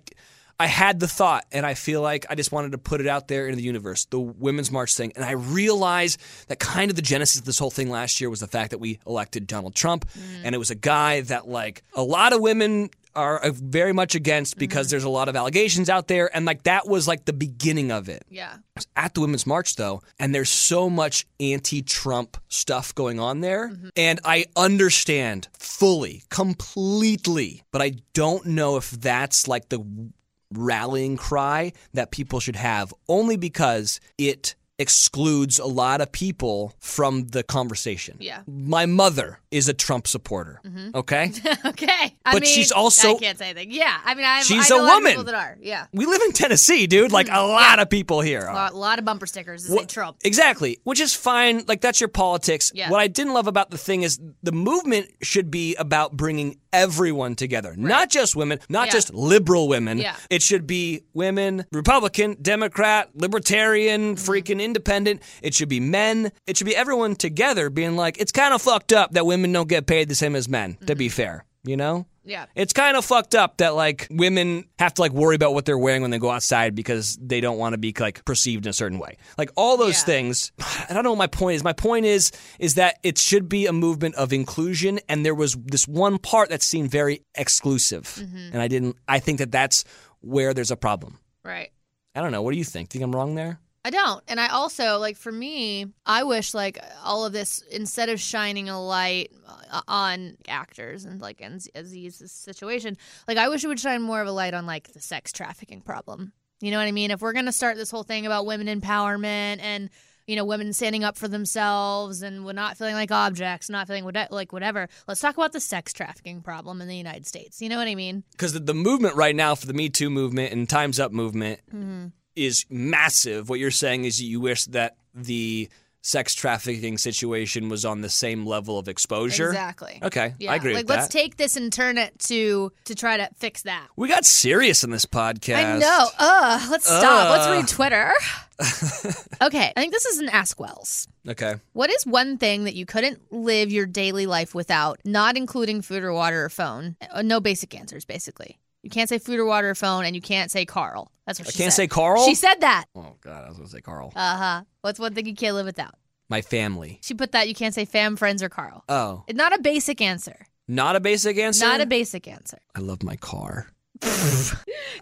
A: I had the thought, and I feel like I just wanted to put it out there into the universe, the Women's March thing, and I realize that kind of the genesis of this whole thing last year was the fact that we elected Donald Trump, and it was a guy that like a lot of women are uh, very much against because there's a lot of allegations out there, and like that was like the beginning of it
B: Yeah.
A: was at the Women's March, though, and there's so much anti Trump stuff going on there. And I understand fully, completely, but I don't know if that's like the rallying cry that people should have, only because it excludes a lot of people from the conversation.
B: Yeah.
A: My mother is a Trump supporter, okay?
B: Okay. I
A: But
B: mean,
A: she's also-
B: I can't say anything. Yeah. I mean, I've,
A: She's
B: I know
A: a
B: lot of
A: woman.
B: people that are. Yeah.
A: we live in Tennessee, dude. Like a lot of people here
B: A
A: are.
B: lot, lot of bumper stickers that say
A: What-
B: Trump.
A: Exactly, which is fine. Like that's your politics.
B: Yeah.
A: What I didn't love about the thing is the movement should be about bringing everyone together, not just women, not
B: Yeah.
A: just liberal women.
B: Yeah. Mm-hmm.
A: It should be women, Republican, Democrat, Libertarian, freaking independent. It should be men. It should be everyone together being like, it's kind of fucked up that women don't get paid the same as men, to
B: Mm-hmm.
A: be fair, you know?
B: Yeah.
A: It's kind of fucked up that like women have to like worry about what they're wearing when they go outside because they don't want to be like perceived in a certain way. Like all those
B: Yeah.
A: things. I don't know what my point is. My point is is that it should be a movement of inclusion and there was this one part that seemed very exclusive.
B: Mm-hmm.
A: And I didn't I think that that's where there's a problem.
B: Right.
A: I don't know. What do you think? Think I'm wrong there?
B: I don't. And I also like for me, I wish like all of this instead of shining a light uh, on actors and like and Aziz's situation, like I wish it would shine more of a light on like the sex trafficking problem. You know what I mean? If we're going to start this whole thing about women empowerment and you know women standing up for themselves and we're not feeling like objects, not feeling what, like whatever, let's talk about the sex trafficking problem in the United States. You know what I mean?
A: because the, the movement right now for the Me Too movement and Time's Up movement
B: Mm-hmm.
A: is massive. What you're saying is you wish that the sex trafficking situation was on the same level of exposure.
B: Exactly.
A: Okay,
B: Yeah.
A: I agree
B: Like
A: with
B: let's
A: that.
B: take this and turn it to to try to fix that.
A: we got serious in this podcast.
B: I know. Ugh. Let's stop. Let's
A: Ugh.
B: read Twitter. okay. I think this is an Ask Wells.
A: Okay,
B: What is one thing that you couldn't live your daily life without, not including food or water or phone? Uh, No basic answers, basically. You can't say food or water or phone, and you can't say Carl. That's what
A: I
B: she
A: can't
B: said.
A: say Carl.
B: She said that.
A: oh God, I was gonna say Carl.
B: Uh huh. What's one thing you can't live without?
A: My family.
B: She put that you can't say fam, friends, or Carl.
A: Oh,
B: Not a basic answer.
A: not a basic answer.
B: Not a basic answer.
A: I love my car.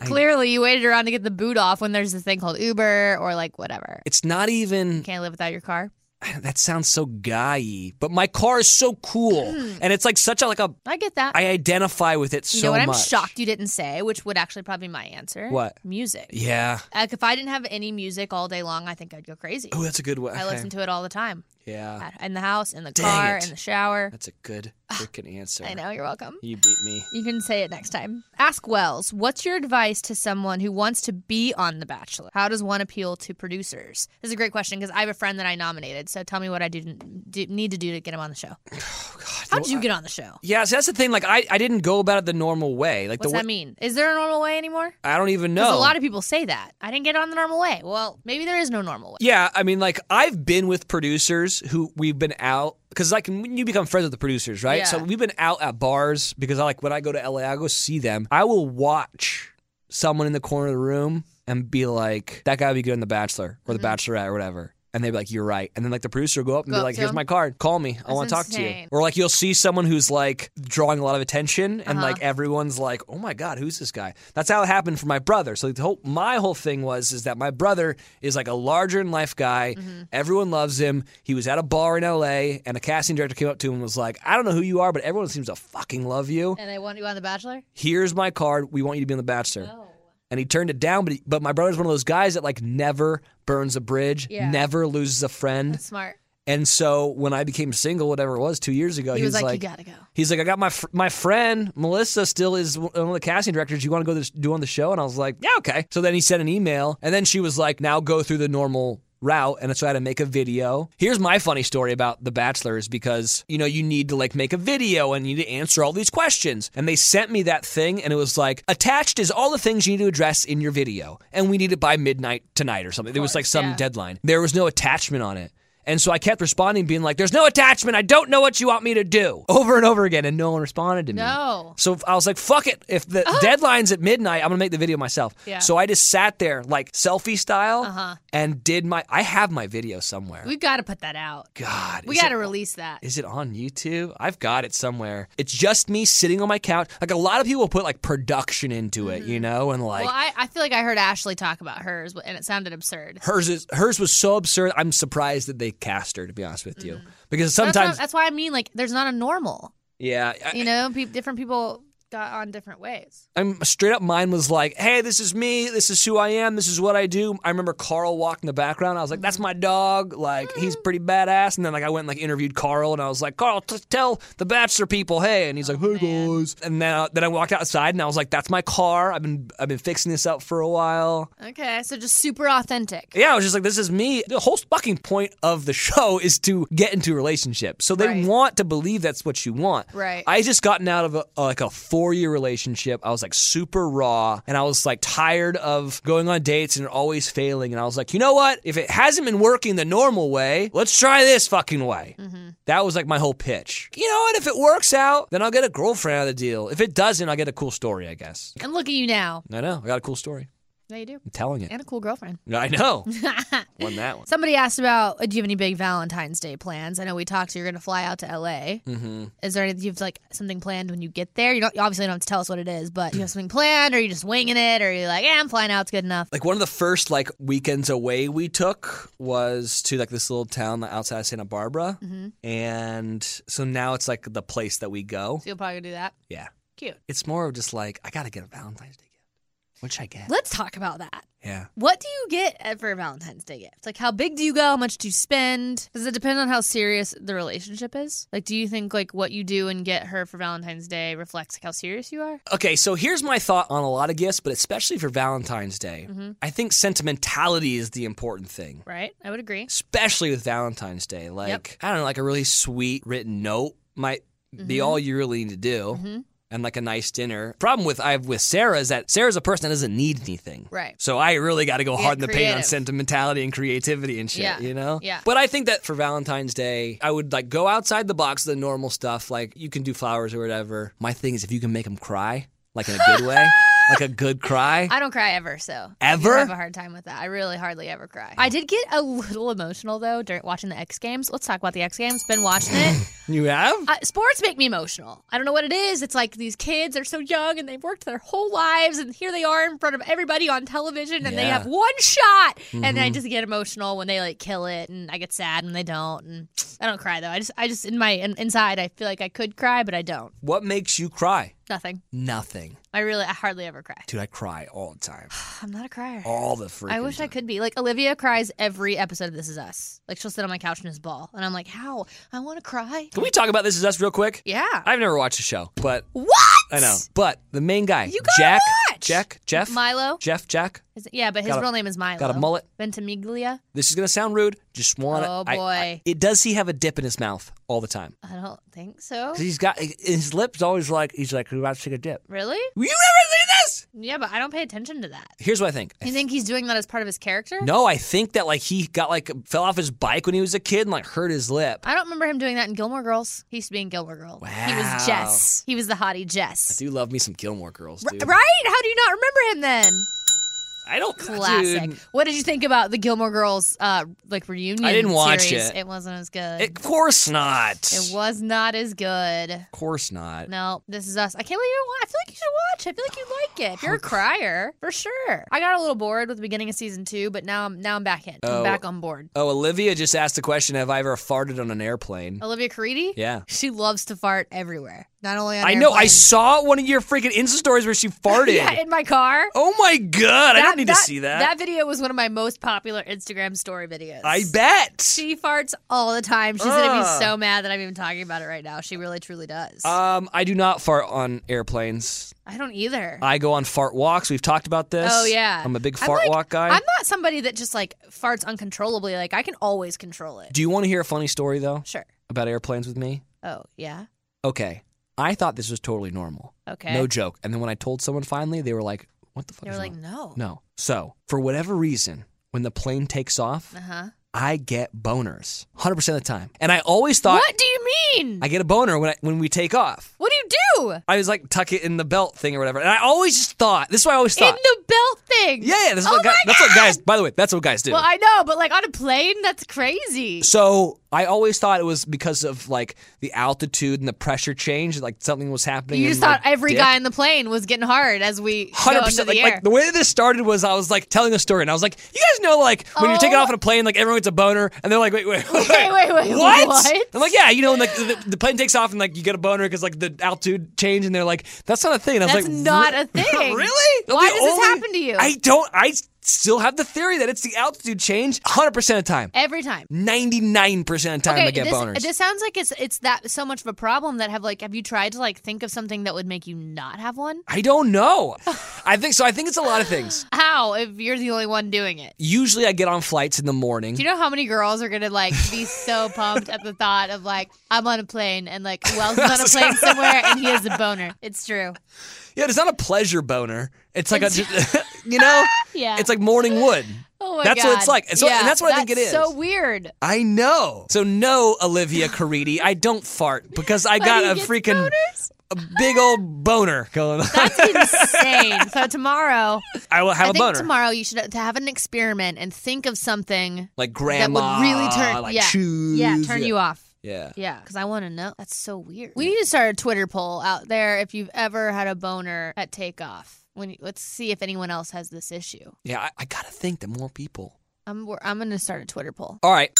B: Clearly, you waited around to get the boot off when there's this thing called Uber or like whatever.
A: It's not even.
B: Can't live without your car.
A: That sounds so guy but my car is so cool,
B: Hmm.
A: and it's like such a like a.
B: I get that.
A: I identify with it so
B: You know what I'm
A: much.
B: shocked you didn't say, which would actually probably be my answer.
A: What?
B: Music.
A: Yeah.
B: Like if I didn't have any music all day long, I think I'd go crazy.
A: Oh, that's a good one.
B: I listen to it all the time.
A: Yeah,
B: At- In the house, in the
A: Dang
B: car,
A: it.
B: in the shower.
A: that's a good freaking answer.
B: I know, you're welcome.
A: You beat me.
B: You can say it next time. Ask Wells, what's your advice to someone who wants to be on The Bachelor? How does one appeal to producers? This is a great question because I have a friend that I nominated. So tell me what I do, do need to do to get him on the show.
A: Oh,
B: How did you get on the show?
A: Yeah, so that's the thing. Like, I, I didn't go about it the normal way. Like
B: What's
A: the way,
B: that mean? Is there a normal way anymore?
A: I don't even
B: Because
A: know.
B: a lot of people say that. I didn't get on the normal way. Well, maybe there is no normal way.
A: yeah, I mean, like I've been with producers who we've been out because like when you become friends with the producers, right?
B: Yeah.
A: So we've been out at bars because I like when I go to LA, I go see them. I will watch someone in the corner of the room and be like, "That guy would be good on The Bachelor or The Bachelorette or whatever." And they'd be like, "You're right," and then like the producer will go up and
B: Mm-hmm.
A: be
B: Go up
A: like,
B: to
A: "Here's
B: him?
A: my card. Call me. I
B: That's
A: want to talk to you."
B: insane.
A: Or like you'll see someone who's like drawing a lot of attention, and
B: Uh-huh.
A: like everyone's like, "Oh my god, who's this guy?" That's how it happened for my brother. So the whole, my whole thing was is that my brother is like a larger in life guy.
B: Mm-hmm.
A: Everyone loves him. He was at a bar in L.A. and a casting director came up to him and was like, "I don't know who you are, but everyone seems to fucking love you.
B: And they want you on The Bachelor? Oh.
A: Here's my card. We want you to be on The Bachelor." And he turned it down, but he, but my brother's one of those guys that like never burns a bridge,
B: Yeah.
A: never loses a friend.
B: Smart.
A: And so when I became single, whatever it was, two years ago,
B: He,
A: he,
B: was, like, you gotta go.
A: he's like, I got my fr- my friend Melissa still is one of the casting directors. You want to go this, do on the show? And I was like, yeah, okay. So then he sent an email, and then she was like, now go through the normal route and so i had to make a video here's my funny story about the bachelor is because you know you need to like make a video and you need to answer all these questions and they sent me that thing and it was like attached is all the things you need to address in your video and we need it by midnight tonight or something there was like some deadline there was no attachment on it and so I kept responding, being like, there's no attachment. I don't know what you want me to do. Over and over again. And no one responded to me.
B: No.
A: So I was like, fuck it. If the deadline's at midnight, I'm going to make the video myself.
B: Yeah. Uh-huh.
A: So I just sat there, like selfie style, and did my. I have my video somewhere.
B: We've gotta put that out.
A: God.
B: We
A: is
B: gotta
A: it-
B: release that.
A: Is it on YouTube? I've got it somewhere. It's just me sitting on my couch. Like a lot of people put like production into it, you know, and like
B: Mm-hmm. well, I, I feel like I heard Ashley talk about hers and it sounded absurd.
A: hers is hers was so absurd. I'm surprised that they cast her to be honest with you, because
B: Mm. That's, what-
A: sometimes
B: that's why I mean like there's not a normal.
A: yeah, I-
B: You know, pe- different people got on different ways.
A: I'm straight up. Mine was like, "Hey, this is me. This is who I am. This is what I do." I remember Carl walked in the background. I was like, "That's my dog. Like, he's pretty badass." And then like I went and like interviewed Carl, and I was like, "Carl, t- tell the Bachelor people, hey." And he's like, "Hey guys." And then I- then I walked outside, and I was like, "That's my car. I've been I've been fixing this up for a while."
B: Okay, so just super authentic.
A: Yeah, I was just like, this is me. The whole fucking point of the show is to get into a relationship. So they
B: Right.
A: want to believe that's what you want.
B: Right.
A: I just gotten out of a, like a four year relationship. I was like super raw and I was like tired of going on dates and always failing. And I was like, you know what? If it hasn't been working the normal way, let's try this fucking way.
B: Mm-hmm.
A: That was like my whole pitch. You know what? If it works out, then I'll get a girlfriend out of the deal. If it doesn't, I'll get a cool story, I guess.
B: And look at you now.
A: I know. I got a cool story.
B: Now you do.
A: I'm telling it.
B: And a cool girlfriend.
A: I know. Won that one.
B: Somebody asked about, uh, do you have any big Valentine's Day plans? I know we talked. You're going to fly out to LA. Mm-hmm. Is there anything you've like something planned when you get there? You don't you obviously don't have to tell us what it is, but you have something planned, or you just winging it, or you're like, yeah, I'm flying out. It's good enough.
A: like one of the first like weekends away we took was to like this little town outside of Santa Barbara, and so now it's like the place that we go.
B: So you'll probably do that.
A: Yeah,
B: Cute.
A: it's more of just like I gotta get a Valentine's Day gift. What should I get?
B: Let's talk about that.
A: Yeah,
B: What do you get at- for a Valentine's Day gift? Like, how big do you go? How much do you spend? Does it depend on how serious the relationship is? Like, do you think like what you do and get her for Valentine's Day reflects like how serious you are?
A: Okay, so here's my thought on a lot of gifts, but especially for Valentine's Day. I think sentimentality is the important thing,
B: Right? I would agree.
A: especially with Valentine's Day. Like, I don't know, like a really sweet written note might be
B: Mm-hmm.
A: all you really need to do. And like a nice dinner. Problem with I have with Sarah is that Sarah's a person that doesn't need anything.
B: Right.
A: So I really got to go hard in the paint on
B: creative.
A: sentimentality and creativity and shit.
B: Yeah.
A: You know.
B: Yeah.
A: But I think that for Valentine's Day, I would like go outside the box of the normal stuff. Like you can do flowers or whatever. My thing is if you can make them cry, like in a good way, like a good cry.
B: I don't cry ever, so
A: Ever?
B: I have a hard time with that. I really hardly ever cry. I did get a little emotional though during watching the X Games. Let's talk about the X Games. Been watching it.
A: you have.
B: uh, sports make me emotional. I don't know what it is. It's like these kids are so young and they've worked their whole lives, and here they are in front of everybody on television, and they
A: Yeah.
B: have one shot. And I just get emotional when they like kill it, and I get sad when they don't. And I don't cry though. I just, I just in my in, inside, I feel like I could cry, but I don't.
A: What makes you cry?
B: Nothing.
A: Nothing.
B: I really, I hardly ever cry.
A: Dude, I cry all the time.
B: I'm not a crier.
A: All the freaking
B: I wish I
A: time.
B: could be like Olivia cries every episode of This Is Us. Like she'll sit on my couch and just ball, and I'm like, how? I want to cry.
A: Can we talk about This Is Us real quick?
B: Yeah.
A: I've never watched the show, but
B: what?
A: I know. But the main guy,
B: You gotta
A: Jack,
B: watch!
A: Jack, Jeff,
B: Milo.
A: Jeff, Jack.
B: Is it- yeah, but his
A: Got a-
B: real name is Milo.
A: got a mullet.
B: Ventimiglia.
A: This is gonna sound rude. Just want to.
B: Oh,
A: I,
B: boy. Oh.
A: it does. He have a dip in his mouth all the time.
B: I don't think so.
A: 'Cause He's got his lips always like he's like we're about to take a dip.
B: Really?
A: You never seen this?
B: Yeah, but I don't pay attention to that.
A: Here's what I think.
B: You think he's doing that as part of his character?
A: No, I think that like he got like fell off his bike when he was a kid and like hurt his lip.
B: I don't remember him doing that in Gilmore Girls. He used to be in Gilmore Girls. He
A: Wow.
B: was Jess. He was the hottie Jess.
A: Do you love me some Gilmore Girls, dude?
B: R- right? How do you not remember him then?
A: I don't.
B: Classic.
A: Dude,
B: What did you think about the Gilmore Girls uh, like reunion?
A: I didn't watch
B: series?
A: it.
B: It wasn't as good.
A: of course not.
B: It was not as good.
A: Of course not.
B: No, this is us. I can't believe you. don't wa- I feel like you should watch. it. I feel like you'd like it. If you're a crier, for sure. I got a little bored with the beginning of season two, but now I'm now I'm back in. I'm back on board.
A: Oh, Olivia just asked the question: Have I ever farted on an airplane?
B: Olivia Caridi.
A: Yeah.
B: she loves to fart everywhere. Not only on
A: I know. I
B: airplanes.
A: saw one of your freaking Insta stories where she farted.
B: yeah, in my car.
A: oh my god! I don't need to see that.
B: That video was one of my most popular Instagram story videos.
A: I bet. Ah.
B: She farts all the time. She's gonna
A: Ugh.
B: be so mad that I'm even talking about it right now. She really truly does.
A: Um, I do not fart on airplanes.
B: I don't either.
A: I go on fart walks. We've talked about this.
B: Oh yeah,
A: I'm a big
B: I'm
A: fart
B: like-
A: walk guy.
B: I'm not somebody that just like farts uncontrollably. Like I can always control it.
A: do you want to hear a funny story though
B: Sure.
A: about airplanes with me?
B: Oh yeah.
A: Okay, I thought this was totally normal.
B: Okay.
A: No joke. And then when I told someone finally, they were like, "What the fuck?"
B: They were
A: is
B: like,
A: wrong?"
B: no.
A: "No." So for whatever reason, when the plane takes off,
B: Uh huh.
A: I get boners 100% of the time. And I always thought
B: What do you mean?
A: I get a boner when I, when we take off.
B: what do you do?
A: I was like tuck it in the belt thing or whatever. And I always just thought, this is what I always
B: In
A: thought.
B: the belt thing.
A: yeah, yeah, this is
B: Oh
A: what guys,
B: my
A: that's what
B: God!
A: guys, by the way, that's what guys do.
B: Well, I know, but like on a plane, that's crazy.
A: so I always thought it was because of like the altitude and the pressure change, like something was happening.
B: You
A: in
B: just
A: my
B: thought every
A: dick.
B: guy in the plane was getting hard as we go
A: Hundred
B: into
A: percent.
B: the
A: Like,
B: air.
A: like the way that this started was, I was like telling a story, and I was like, "You guys know, like when you're taking
B: Oh.
A: off on a plane, like everyone gets a boner, and they're like, wait, wait, wait,
B: wait, wait,
A: what?"
B: what?
A: I'm like, "Yeah, you know, and, like the, the plane takes off, and like you get a boner because like the altitude change, and they're like, that's not a thing." And I was
B: that's
A: like,
B: not
A: "Re-
B: a thing.
A: really?
B: Why
A: The
B: does this
A: only-
B: happen to you?
A: I don't. I still have the theory that it's the altitude change 100% of the time.
B: Every time.
A: 99% of the time I
B: Okay,
A: get
B: this,
A: boners.
B: this sounds like it's it's that so much of a problem that have like have you tried to like think of something that would make you not have one?
A: I don't know. I think so. I think it's a lot of things.
B: How if you're the only one doing it?
A: Usually I get on flights in the morning.
B: Do you know how many girls are gonna like be so pumped at the thought of like I'm on a plane and like Wells is on a plane somewhere and he has a boner? It's true.
A: yeah, it's not a pleasure boner. It's like a, you know,
B: Yeah.
A: it's like morning wood.
B: Oh my
A: That's
B: god.
A: what it's like. It's what- and that's what I think it is.
B: So weird.
A: I know. So no, Olivia Caridi, I don't fart because I
B: he
A: got a
B: gets
A: freaking a big old boner going on.
B: That's insane. So tomorrow,
A: I will have
B: I
A: a
B: think
A: boner.
B: tomorrow you should to have an experiment and think of something
A: like grandma.
B: that would really turn
A: like
B: yeah,
A: choose.
B: yeah turn you off.
A: Yeah.
B: Yeah, because I want to know. That's so weird. We need to start a Twitter poll out there if you've ever had a boner at takeoff. When you, let's see if anyone else has this issue.
A: Yeah, I, I gotta think that more people.
B: I'm we're, I'm gonna start a Twitter poll.
A: All right.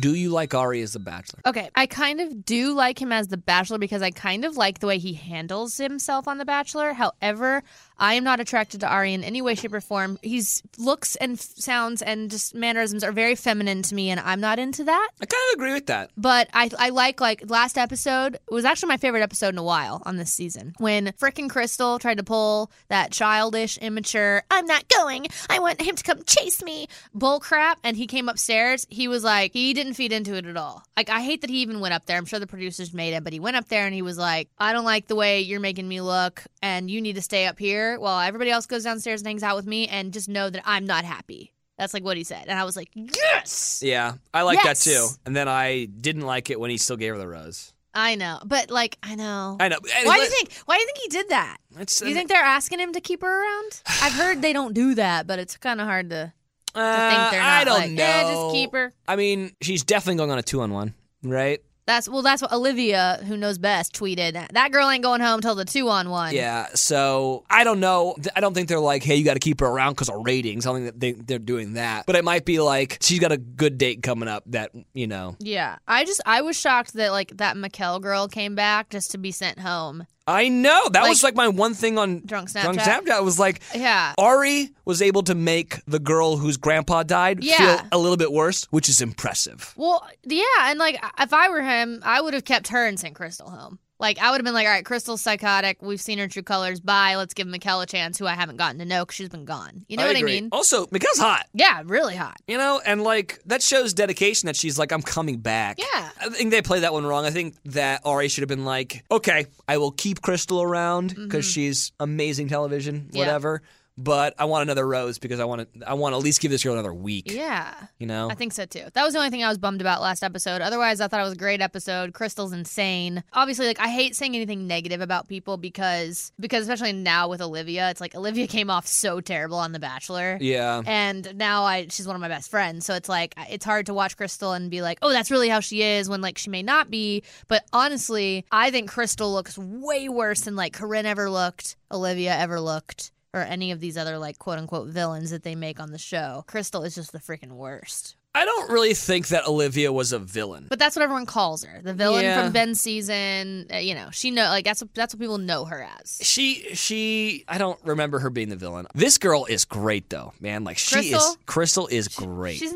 A: Do you like Ari as the Bachelor?
B: Okay, I kind of do like him as the Bachelor because I kind of like the way he handles himself on the Bachelor. However, I am not attracted to Ari in any way, shape, or form. His looks and f- sounds and just mannerisms are very feminine to me, and I'm not into that.
A: I kind of agree with that.
B: But I, I like like last episode it was actually my favorite episode in a while on this season when frickin' Crystal tried to pull that childish, immature "I'm not going, I want him to come chase me" bull crap, and he came upstairs. He was like, he didn't feed into it at all. Like I hate that he even went up there. I'm sure the producers made him, but he went up there and he was like, "I don't like the way you're making me look, and you need to stay up here while everybody else goes downstairs and hangs out with me, and just know that I'm not happy." That's like what he said, and I was like, "Yes."
A: Yeah, I like
B: Yes.
A: that too. And then I didn't like it when he still gave her the rose.
B: I know, but like I know.
A: I know. And
B: Why do you
A: let-
B: think? Why do you think he did that?
A: It's,
B: Do you think they're asking him to keep her around? I've heard they don't do that, but it's kind of hard to.
A: Uh,
B: they're
A: I
B: not
A: don't
B: like,
A: know.
B: "Eh, just keep her."
A: I mean, she's definitely going on a two on one, right?
B: That's well. That's what Olivia, who knows best, tweeted. That girl ain't going home till the two on one.
A: Yeah. So I don't know. Th- I don't think they're like, hey, you got to keep her around because of ratings. I don't think that they, they're doing that. But it might be like she's got a good date coming up that you know.
B: Yeah. I just I was shocked that like that Mikkel girl came back just to be sent home.
A: I know that was
B: Like-
A: like my one thing on
B: Drunk
A: Drunk
B: Snapchat?
A: Snapchat was like,
B: Yeah.
A: Ari was able to make the girl whose grandpa died
B: Yeah.
A: feel a little bit worse, which is impressive.
B: Well, yeah, and like if I were him, I would have kept her and sent Crystal home. Like I would have been like, all right, Crystal's psychotic. We've seen her true colors. Bye. Let's give Mikkel a chance, who I haven't gotten to know because she's been gone. You know what
A: agree.
B: I mean?
A: Also, Mikkel's hot.
B: Yeah, really hot.
A: You know, and like that shows dedication that she's like, I'm coming back.
B: Yeah.
A: I think they played that one wrong. I think that Ari should have been like, okay, I will keep Crystal around because she's amazing television,
B: Mm-hmm. Yeah.
A: whatever. But I want another rose because I want to. I want to at least give this girl another week.
B: Yeah.
A: You know,
B: I think so too. That was the only thing I was bummed about last episode. Otherwise, I thought it was a great episode. Crystal's insane. Obviously, like I hate saying anything negative about people because because especially now with Olivia, it's like Olivia came off so terrible on The Bachelor.
A: Yeah.
B: And now I she's one of my best friends, so it's like it's hard to watch Crystal and be like, "Oh, that's really how she is," when like she may not be. But honestly, I think Crystal looks way worse than like Corinne ever looked, Olivia ever looked. Or any of these other like quote unquote villains that they make on the show. Crystal is just the freaking worst.
A: I don't really think that Olivia was a villain.
B: But that's what everyone calls her, the villain
A: Yeah.
B: from Ben's season. Uh, you know, she know like that's what, that's what people know her as.
A: She, she, I don't remember her being the villain. This girl is great though, man. Like she is.
B: Crystal?
A: Crystal is great.
B: She's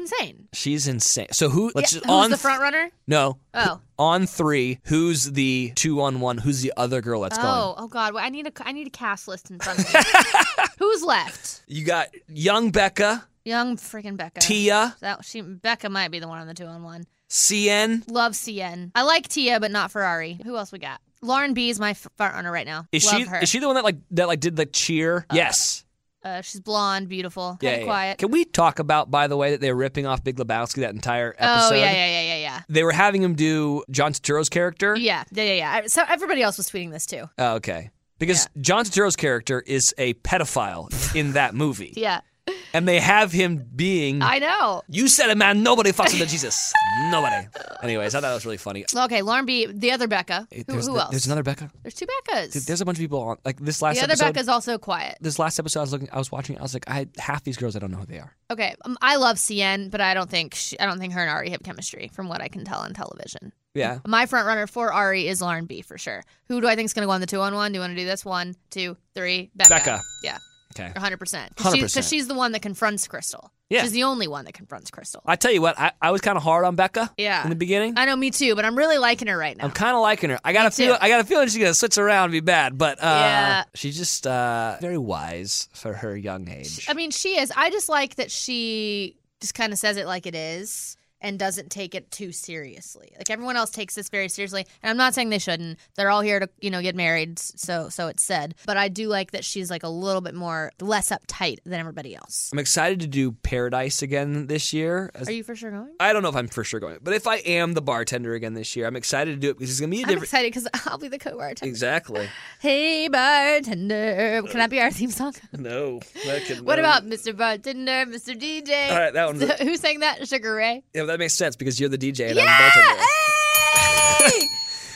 A: She's,
B: insane.
A: insane. So who? Let's
B: Yeah,
A: just
B: who's
A: on
B: the front runner?
A: No.
B: Oh.
A: On three, who's the two on one? Who's the other girl that's
B: Oh,
A: going?
B: oh God! Well, I need a I need a cast list in front of me. Who's left?
A: You got young Becca,
B: Young freaking Becca.
A: Tia,
B: That she Becca might be the one on the two on one.
A: CN.
B: Love CN. I like Tia, but not Ferrari. Who else we got? Lauren B is my f- front runner right now.
A: Is
B: Love
A: she
B: her.
A: is she the one that like that like did the cheer? yes.
B: uh, she's blonde, beautiful,
A: Yeah,
B: kind
A: yeah,
B: of
A: yeah.
B: quiet.
A: Can we talk about by the way that they're ripping off Big Lebowski that entire
B: oh
A: episode?
B: yeah, yeah, yeah, yeah, yeah.
A: They were having him do John Turturro's character.
B: Yeah, yeah, yeah, yeah. I- So everybody else was tweeting this too.
A: Oh, okay. Because John Turturro's character is a pedophile in that movie,
B: Yeah,
A: and they have him being.
B: I know.
A: you said it, man. Nobody fucks with the Jesus. Nobody. Anyways, I thought that was really funny.
B: Okay, Lauren B, the other Becca. Who,
A: There's,
B: who
A: the-
B: else?
A: There's another Becca.
B: There's two Beccas.
A: Dude, there's a bunch of people on like this last
B: the other
A: episode.
B: Becca's also quiet.
A: this last episode, I was looking, I was watching, I was like, I half these girls, I don't know who they are.
B: Okay, um, I love CN, but I don't think she, I don't think her and Ari have chemistry, from what I can tell on television.
A: Yeah,
B: My front runner for Ari is Lauren B for sure. Who do I think is going to go on the two on one? Do you want to do this? One, two, three. Becca.
A: Becca.
B: Yeah.
A: Okay.
B: 100%. Because
A: 100%.
B: she's the one that confronts Crystal.
A: Yeah.
B: She's the only one that confronts Crystal.
A: I tell you what, I, I was kind of hard on Becca.
B: Yeah.
A: In the beginning,
B: I know, me too, but I'm really liking her right now.
A: I'm kind of liking her. I got a feel.
B: too.
A: I got a feeling she's gonna switch around and be bad, but uh,
B: Yeah.
A: she's just uh, very wise for her young age.
B: I mean, she uh, is. I just like that she just kind of says it like it is and doesn't take it too seriously. Like everyone else takes this very seriously, and I'm not saying they shouldn't. They're all here to, you know, get married, so so it's said. But I do like that she's like a little bit more less uptight than everybody else.
A: I'm excited to do Paradise again this year. As-
B: Are you for sure going?
A: I don't know if I'm for sure going, but if I am the bartender again this year, I'm excited to do it because it's gonna be a
B: I'm
A: different.
B: excited because I'll be the co-bartender.
A: Exactly.
B: Hey, bartender, can that be our theme song?
A: No. That could,
B: What about Mr. Bartender, Mr. DJ?
A: All right, that one-
B: Who sang that? Sugar Ray.
A: Yeah, that makes sense because you're the DJ and I'm the bartender.
B: Hey!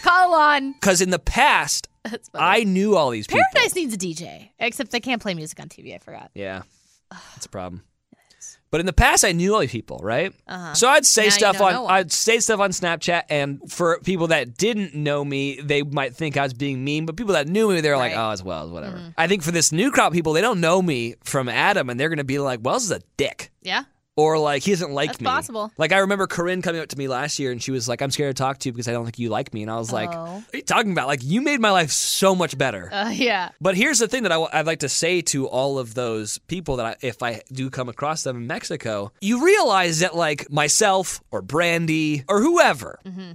B: Call on.
A: Because in the past,
B: That's funny.
A: I knew all these people.
B: Paradise needs a DJ, except they can't play music on TV. I forgot.
A: Yeah, that's a problem. But in the past, I knew all these people, right? So I'd say
B: Uh-huh. Now you
A: stuff
B: don't
A: on
B: know 'em.
A: I'd say stuff on Snapchat, and for people that didn't know me, they might think I was being mean. But people that knew me, they were like,
B: Right. Mm-hmm.
A: "Oh, as well as whatever." I think for this new crop, of people they don't know me from Adam, and they're gonna be like, "Wells is a dick."
B: Yeah.
A: Or like he doesn't like
B: That's
A: me.
B: possible.
A: Like I remember Corinne coming up to me last year and she was like, "I'm scared to talk to you because I don't think you like me." And I was like,
B: Oh.
A: "What are you talking about? Like you made my life so much better."
B: Uh, yeah.
A: But here's the thing that I, would like to say to all of those people that I, if I do come across them in Mexico, you realize that like myself or Brandy or whoever
B: Mm-hmm.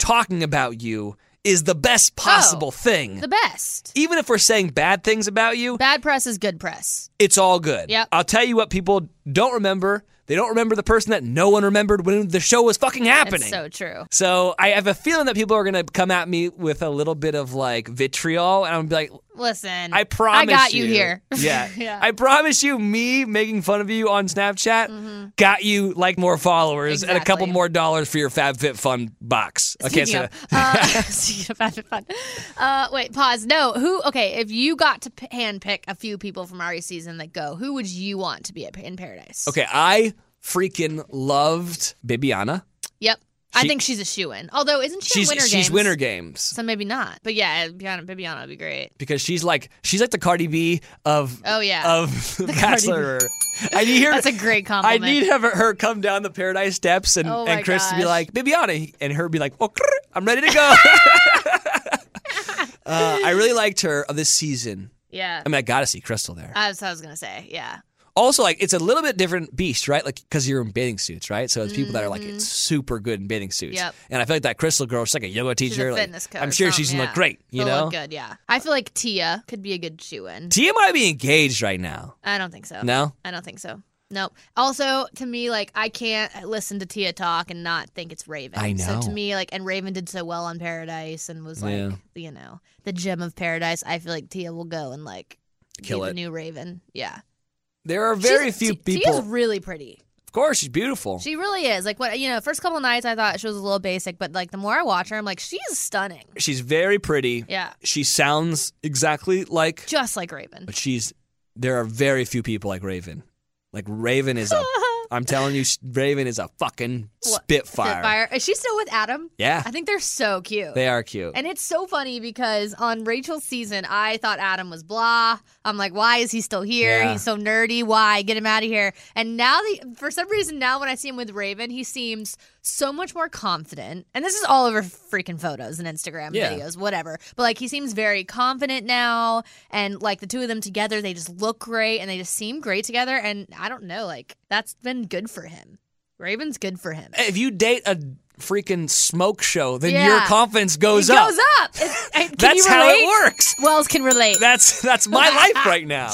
A: talking about you is the best possible thing.
B: Oh. The best.
A: Even if we're saying bad things about you,
B: Bad press is good press.
A: it's all good.
B: Yep.
A: I'll tell you what people don't remember. They don't remember the person that no one remembered when the show was fucking happening.
B: That's so true.
A: So I have a feeling that people are going to come at me with a little bit of like vitriol, and I'm gonna be like,
B: Listen.
A: I promise.
B: I got you, here.
A: Yeah.
B: Yeah.
A: I promise you, me making fun of you on Snapchat got you like more followers and a couple
B: Mm-hmm. Exactly.
A: more dollars for your FabFitFun box. I can't
B: Speaking
A: say
B: of,
A: that.
B: uh, speaking of bad fun. Uh, wait, pause. No, who? Okay, if you got to p- handpick a few people from RE season that go, who would you want to be at, in Paradise?
A: Okay, I freaking loved Bibiana.
B: Yep. I think she's a shoe in. Although, isn't she
A: She's
B: in winter
A: she's
B: games?
A: winter games
B: So maybe not. But yeah, Bibiana, Bibiana would be great.
A: because she's like she's like the Cardi B of
B: Oh, yeah.
A: of Bachelor. I need her.
B: That's a great
A: I
B: compliment.
A: need have her come down the paradise steps and,
B: Oh
A: and
B: my
A: Chris to be
B: gosh.
A: like, Bibiana, and her be like, oh, crrr, I'm ready to go. uh, I really liked her of this season.
B: Yeah.
A: I mean, I gotta see Crystal there.
B: That's what I was gonna say. Yeah.
A: also, like, it's a little bit different beast, right? Like, because you're in bathing suits, right? So it's people that are like it's super good in bathing suits.
B: Mm-hmm. Yep.
A: And I feel like that Crystal girl, she's like a yoga teacher.
B: She's a
A: like,
B: fitness coach.
A: I'm sure
B: um,
A: she's gonna
B: yeah.
A: look great. You
B: She'll
A: know,
B: look good. Yeah. I feel like Tia could be a good shoe in.
A: Tia might be engaged right now.
B: I don't think so.
A: No?
B: I don't think so. Nope. Also, to me, like I can't listen to Tia talk and not think it's Raven.
A: I know.
B: So to me, like, and Raven did so well on Paradise and was like,
A: Yeah.
B: you know, the gem of Paradise. I feel like Tia will go and like
A: Kill
B: be
A: it.
B: the new Raven. Yeah.
A: There are very
B: She's-
A: few
B: Ti-
A: people.
B: Tia's really pretty.
A: of course, she's beautiful.
B: She really is. Like what you know, first couple nights I thought she was a little basic, but like the more I watch her, I'm like, she's stunning.
A: she's very pretty.
B: Yeah.
A: She sounds exactly like
B: Just like Raven.
A: but she's there are very few people like Raven. Like Raven is a I'm telling you Raven is a fucking
B: What?
A: spitfire.
B: Spitfire. Is she still with Adam?
A: Yeah.
B: I think they're so cute.
A: They are cute.
B: and it's so funny because on Rachel's season, I thought Adam was blah. I'm like, why is he still here?
A: Yeah.
B: He's so nerdy. Why? Get him out of here. And now, the, for some reason, now when I see him with Raven, he seems so much more confident. And this is all over freaking photos and Instagram
A: Yeah.
B: videos, whatever. But like, he seems very confident now. And like, the two of them together, they just look great and they just seem great together. And I don't know, like, that's been good for him. Raven's good for him.
A: if you date a freaking smoke show, then
B: Yeah.
A: your confidence goes,
B: it
A: up.
B: goes up. It's- I- can
A: That's
B: you
A: how
B: relate?
A: it works.
B: Wells can relate.
A: That's that's my life right now.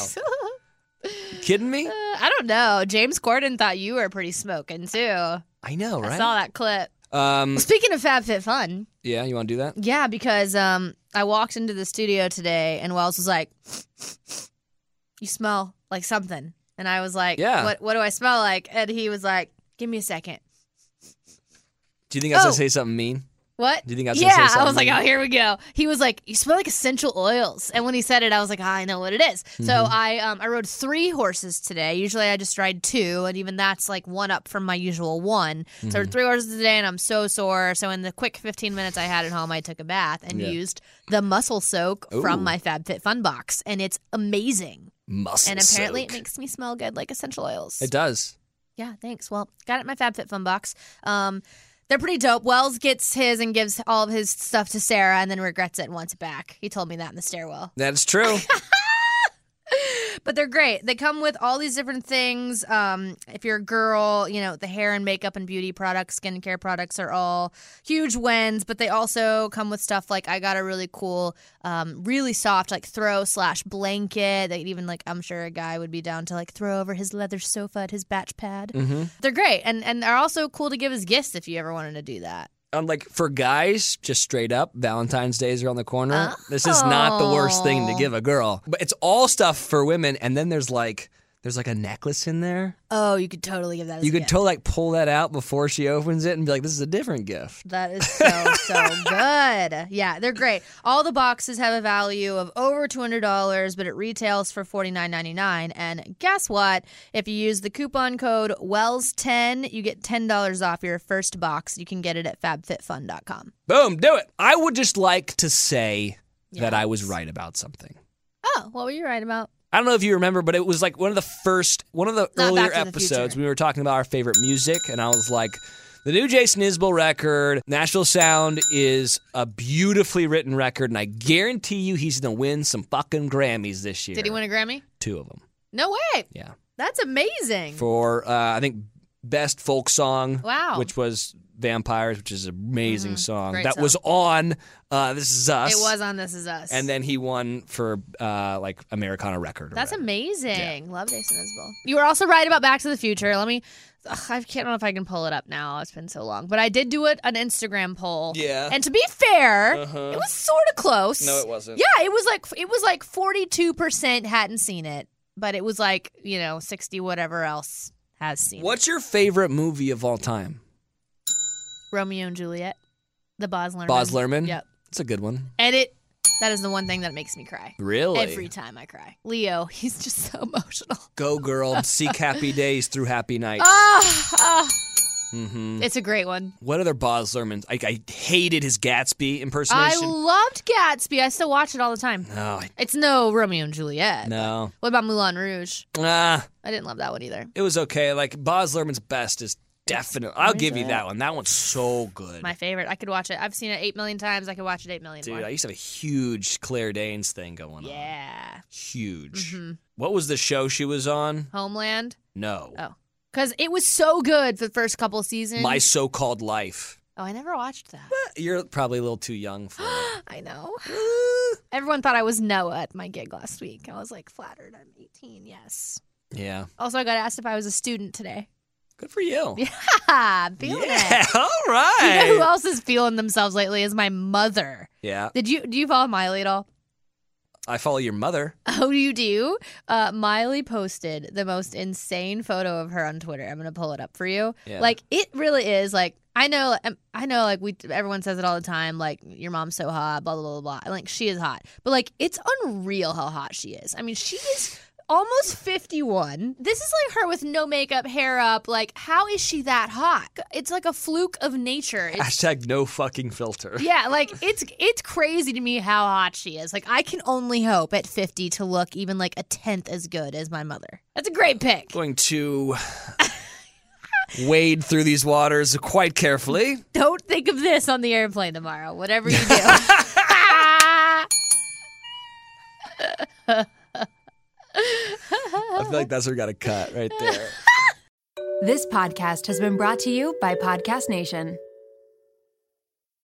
A: Kidding me?
B: I don't know. James Corden thought you were pretty smoking too.
A: I know,
B: I
A: right?
B: saw that clip.
A: Um
B: Speaking of FabFitFun,
A: yeah, you want to do that?
B: yeah, because um, I walked into the studio today and Wells was like, "You smell like something," and I was like,
A: Yeah.
B: what, what do I smell like?" And he was like, "Give me a second.
A: Do you think I was
B: Oh.
A: going to say something mean?
B: What?
A: Do you think I was
B: yeah,
A: gonna say
B: I was
A: something?
B: like, oh, here we go. He was like, you smell like essential oils. And when he said it, I was like, ah, I know what it is. So
A: Mm-hmm.
B: I um, I rode three horses today. Usually I just ride two, and even that's like one up from my usual one. So I
A: Mm-hmm.
B: rode three horses today, and I'm so sore. So in the quick 15 minutes I had at home, I took a bath and
A: Yeah.
B: used the muscle soak
A: Ooh.
B: from my FabFitFun box, and it's amazing.
A: Muscle
B: and apparently
A: soak.
B: it makes me smell good like essential oils.
A: It does.
B: Yeah, thanks. Well, got it in my FabFitFun box. Um, they're pretty dope. Wells gets his and gives all of his stuff to Sarah and then regrets it and wants it back. He told me that in the stairwell.
A: That's true.
B: But they're great. They come with all these different things. Um, if you're a girl, you know, the hair and makeup and beauty products, skincare products are all huge wins, but they also come with stuff like I got a really cool, um, really soft, like throw slash blanket that even, like, I'm sure a guy would be down to, like, throw over his leather sofa at his batch pad.
A: Mm-hmm.
B: They're great. And, and they're also cool to give as gifts if you ever wanted to do that.
A: um, like for guys, just straight up, Valentine's Day is around the corner. This is not the worst thing to
B: Oh.
A: give a girl. But it's all stuff for women, and then there's like there's like a necklace in there.
B: Oh, you could totally give that as
A: You
B: a
A: could
B: gift.
A: totally like pull that out before she opens it and be like, "This is a different gift."
B: That is so so good. Yeah, they're great. All the boxes have a value of over two hundred dollars, but it retails for forty nine ninety nine. And guess what? If you use the coupon code Wells ten, you get ten dollars off your first box. You can get it at FabFitFun.com.
A: Boom, do it. I would just like to say that I was right about something.
B: Oh, what were you right about?
A: I don't know if you remember, but it was like one of the first, one of the
B: Not
A: earlier
B: Back to the
A: episodes.
B: Future.
A: we were talking about our favorite music, and I was like, the new Jason Isbell record, Nashville Sound, is a beautifully written record, and I guarantee you he's going to win some fucking Grammys this year.
B: Did he win a Grammy?
A: Two of them.
B: No way.
A: Yeah.
B: That's amazing.
A: For, uh, I think, Best Folk Song,
B: Wow. Mm-hmm.
A: which was Vampires, which is an amazing song.
B: Great
A: that
B: song.
A: was on uh, This Is Us.
B: it was on This Is Us.
A: And then he won for uh, like Americana record. or
B: That's
A: whatever.
B: amazing. Love Jason Isbell. You were also right about Back to the Future. Let me. Ugh, I can't know if I can pull it up now. It's been so long, but I did do it an Instagram poll.
A: Yeah. Uh-huh.
B: And to be fair, it was sort of close.
A: No, it wasn't.
B: Yeah, it was like it was like forty two percent hadn't seen it, but it was like you know sixty whatever else has seen it.
A: What's your favorite movie of all time?
B: Romeo and Juliet, the Baz Luhrmann.
A: Boz Lerman?
B: Yep.
A: It's a good one.
B: And it. That is the one thing that makes me cry.
A: Really?
B: Every time I cry, Leo, he's just so emotional.
A: Go girl, seek happy days through happy nights.
B: Ah, ah.
A: hmm
B: it's a great one.
A: What other Boz Lerman? I, I hated his Gatsby
B: I
A: impersonation.
B: loved Gatsby. I still watch it all the time.
A: no, I-
B: It's no Romeo and Juliet.
A: no.
B: What about Moulin Rouge?
A: Ah,
B: I didn't love that one either.
A: it was okay. Like Boz Lerman's best is definite. I'll give you that one. That one's so good.
B: My favorite. I could watch it. I've seen it eight million times. I could watch it eight million
A: Dude,
B: more.
A: I used to have a huge Claire Danes thing going on.
B: yeah. Mm-hmm.
A: Huge. What was the show she was on?
B: Homeland.
A: No.
B: Oh. Because it was so good for the first couple seasons.
A: My so-called life.
B: oh, I never watched that.
A: You're probably a little too young for it.
B: I know. Everyone thought I was Noah at my gig last week. I was like flattered. I'm 18. Yes.
A: Yeah.
B: Also, I got asked if I was a student today.
A: Good for you. Yeah.
B: Ha! Feeling it.
A: all
B: You
A: right.
B: know who else is feeling themselves lately is my mother.
A: Yeah.
B: Did you do you follow Miley at all?
A: I follow your mother.
B: Oh, you do. Uh, Miley posted the most insane photo of her on Twitter. I'm gonna pull it up for you.
A: Yeah.
B: Like it really is. Like I know, um, I know. Like we, everyone says it all the time. Like your mom's so hot. Blah blah blah blah. And, Like she is hot, but like it's unreal how hot she is. I mean, she is. Almost 51. This is like her with no makeup, hair up. Like, how is she that hot? It's like a fluke of nature. It's
A: Hashtag no fucking filter.
B: yeah, like it's it's crazy to me how hot she is. Like I can only hope at 50 to look even like a tenth as good as my mother. That's a great pick.
A: Going to wade through these waters quite carefully.
B: Don't think of this on the airplane tomorrow. Whatever you do.
A: I feel like that's where we got to cut right there.
E: This podcast has been brought to you by Podcast Nation.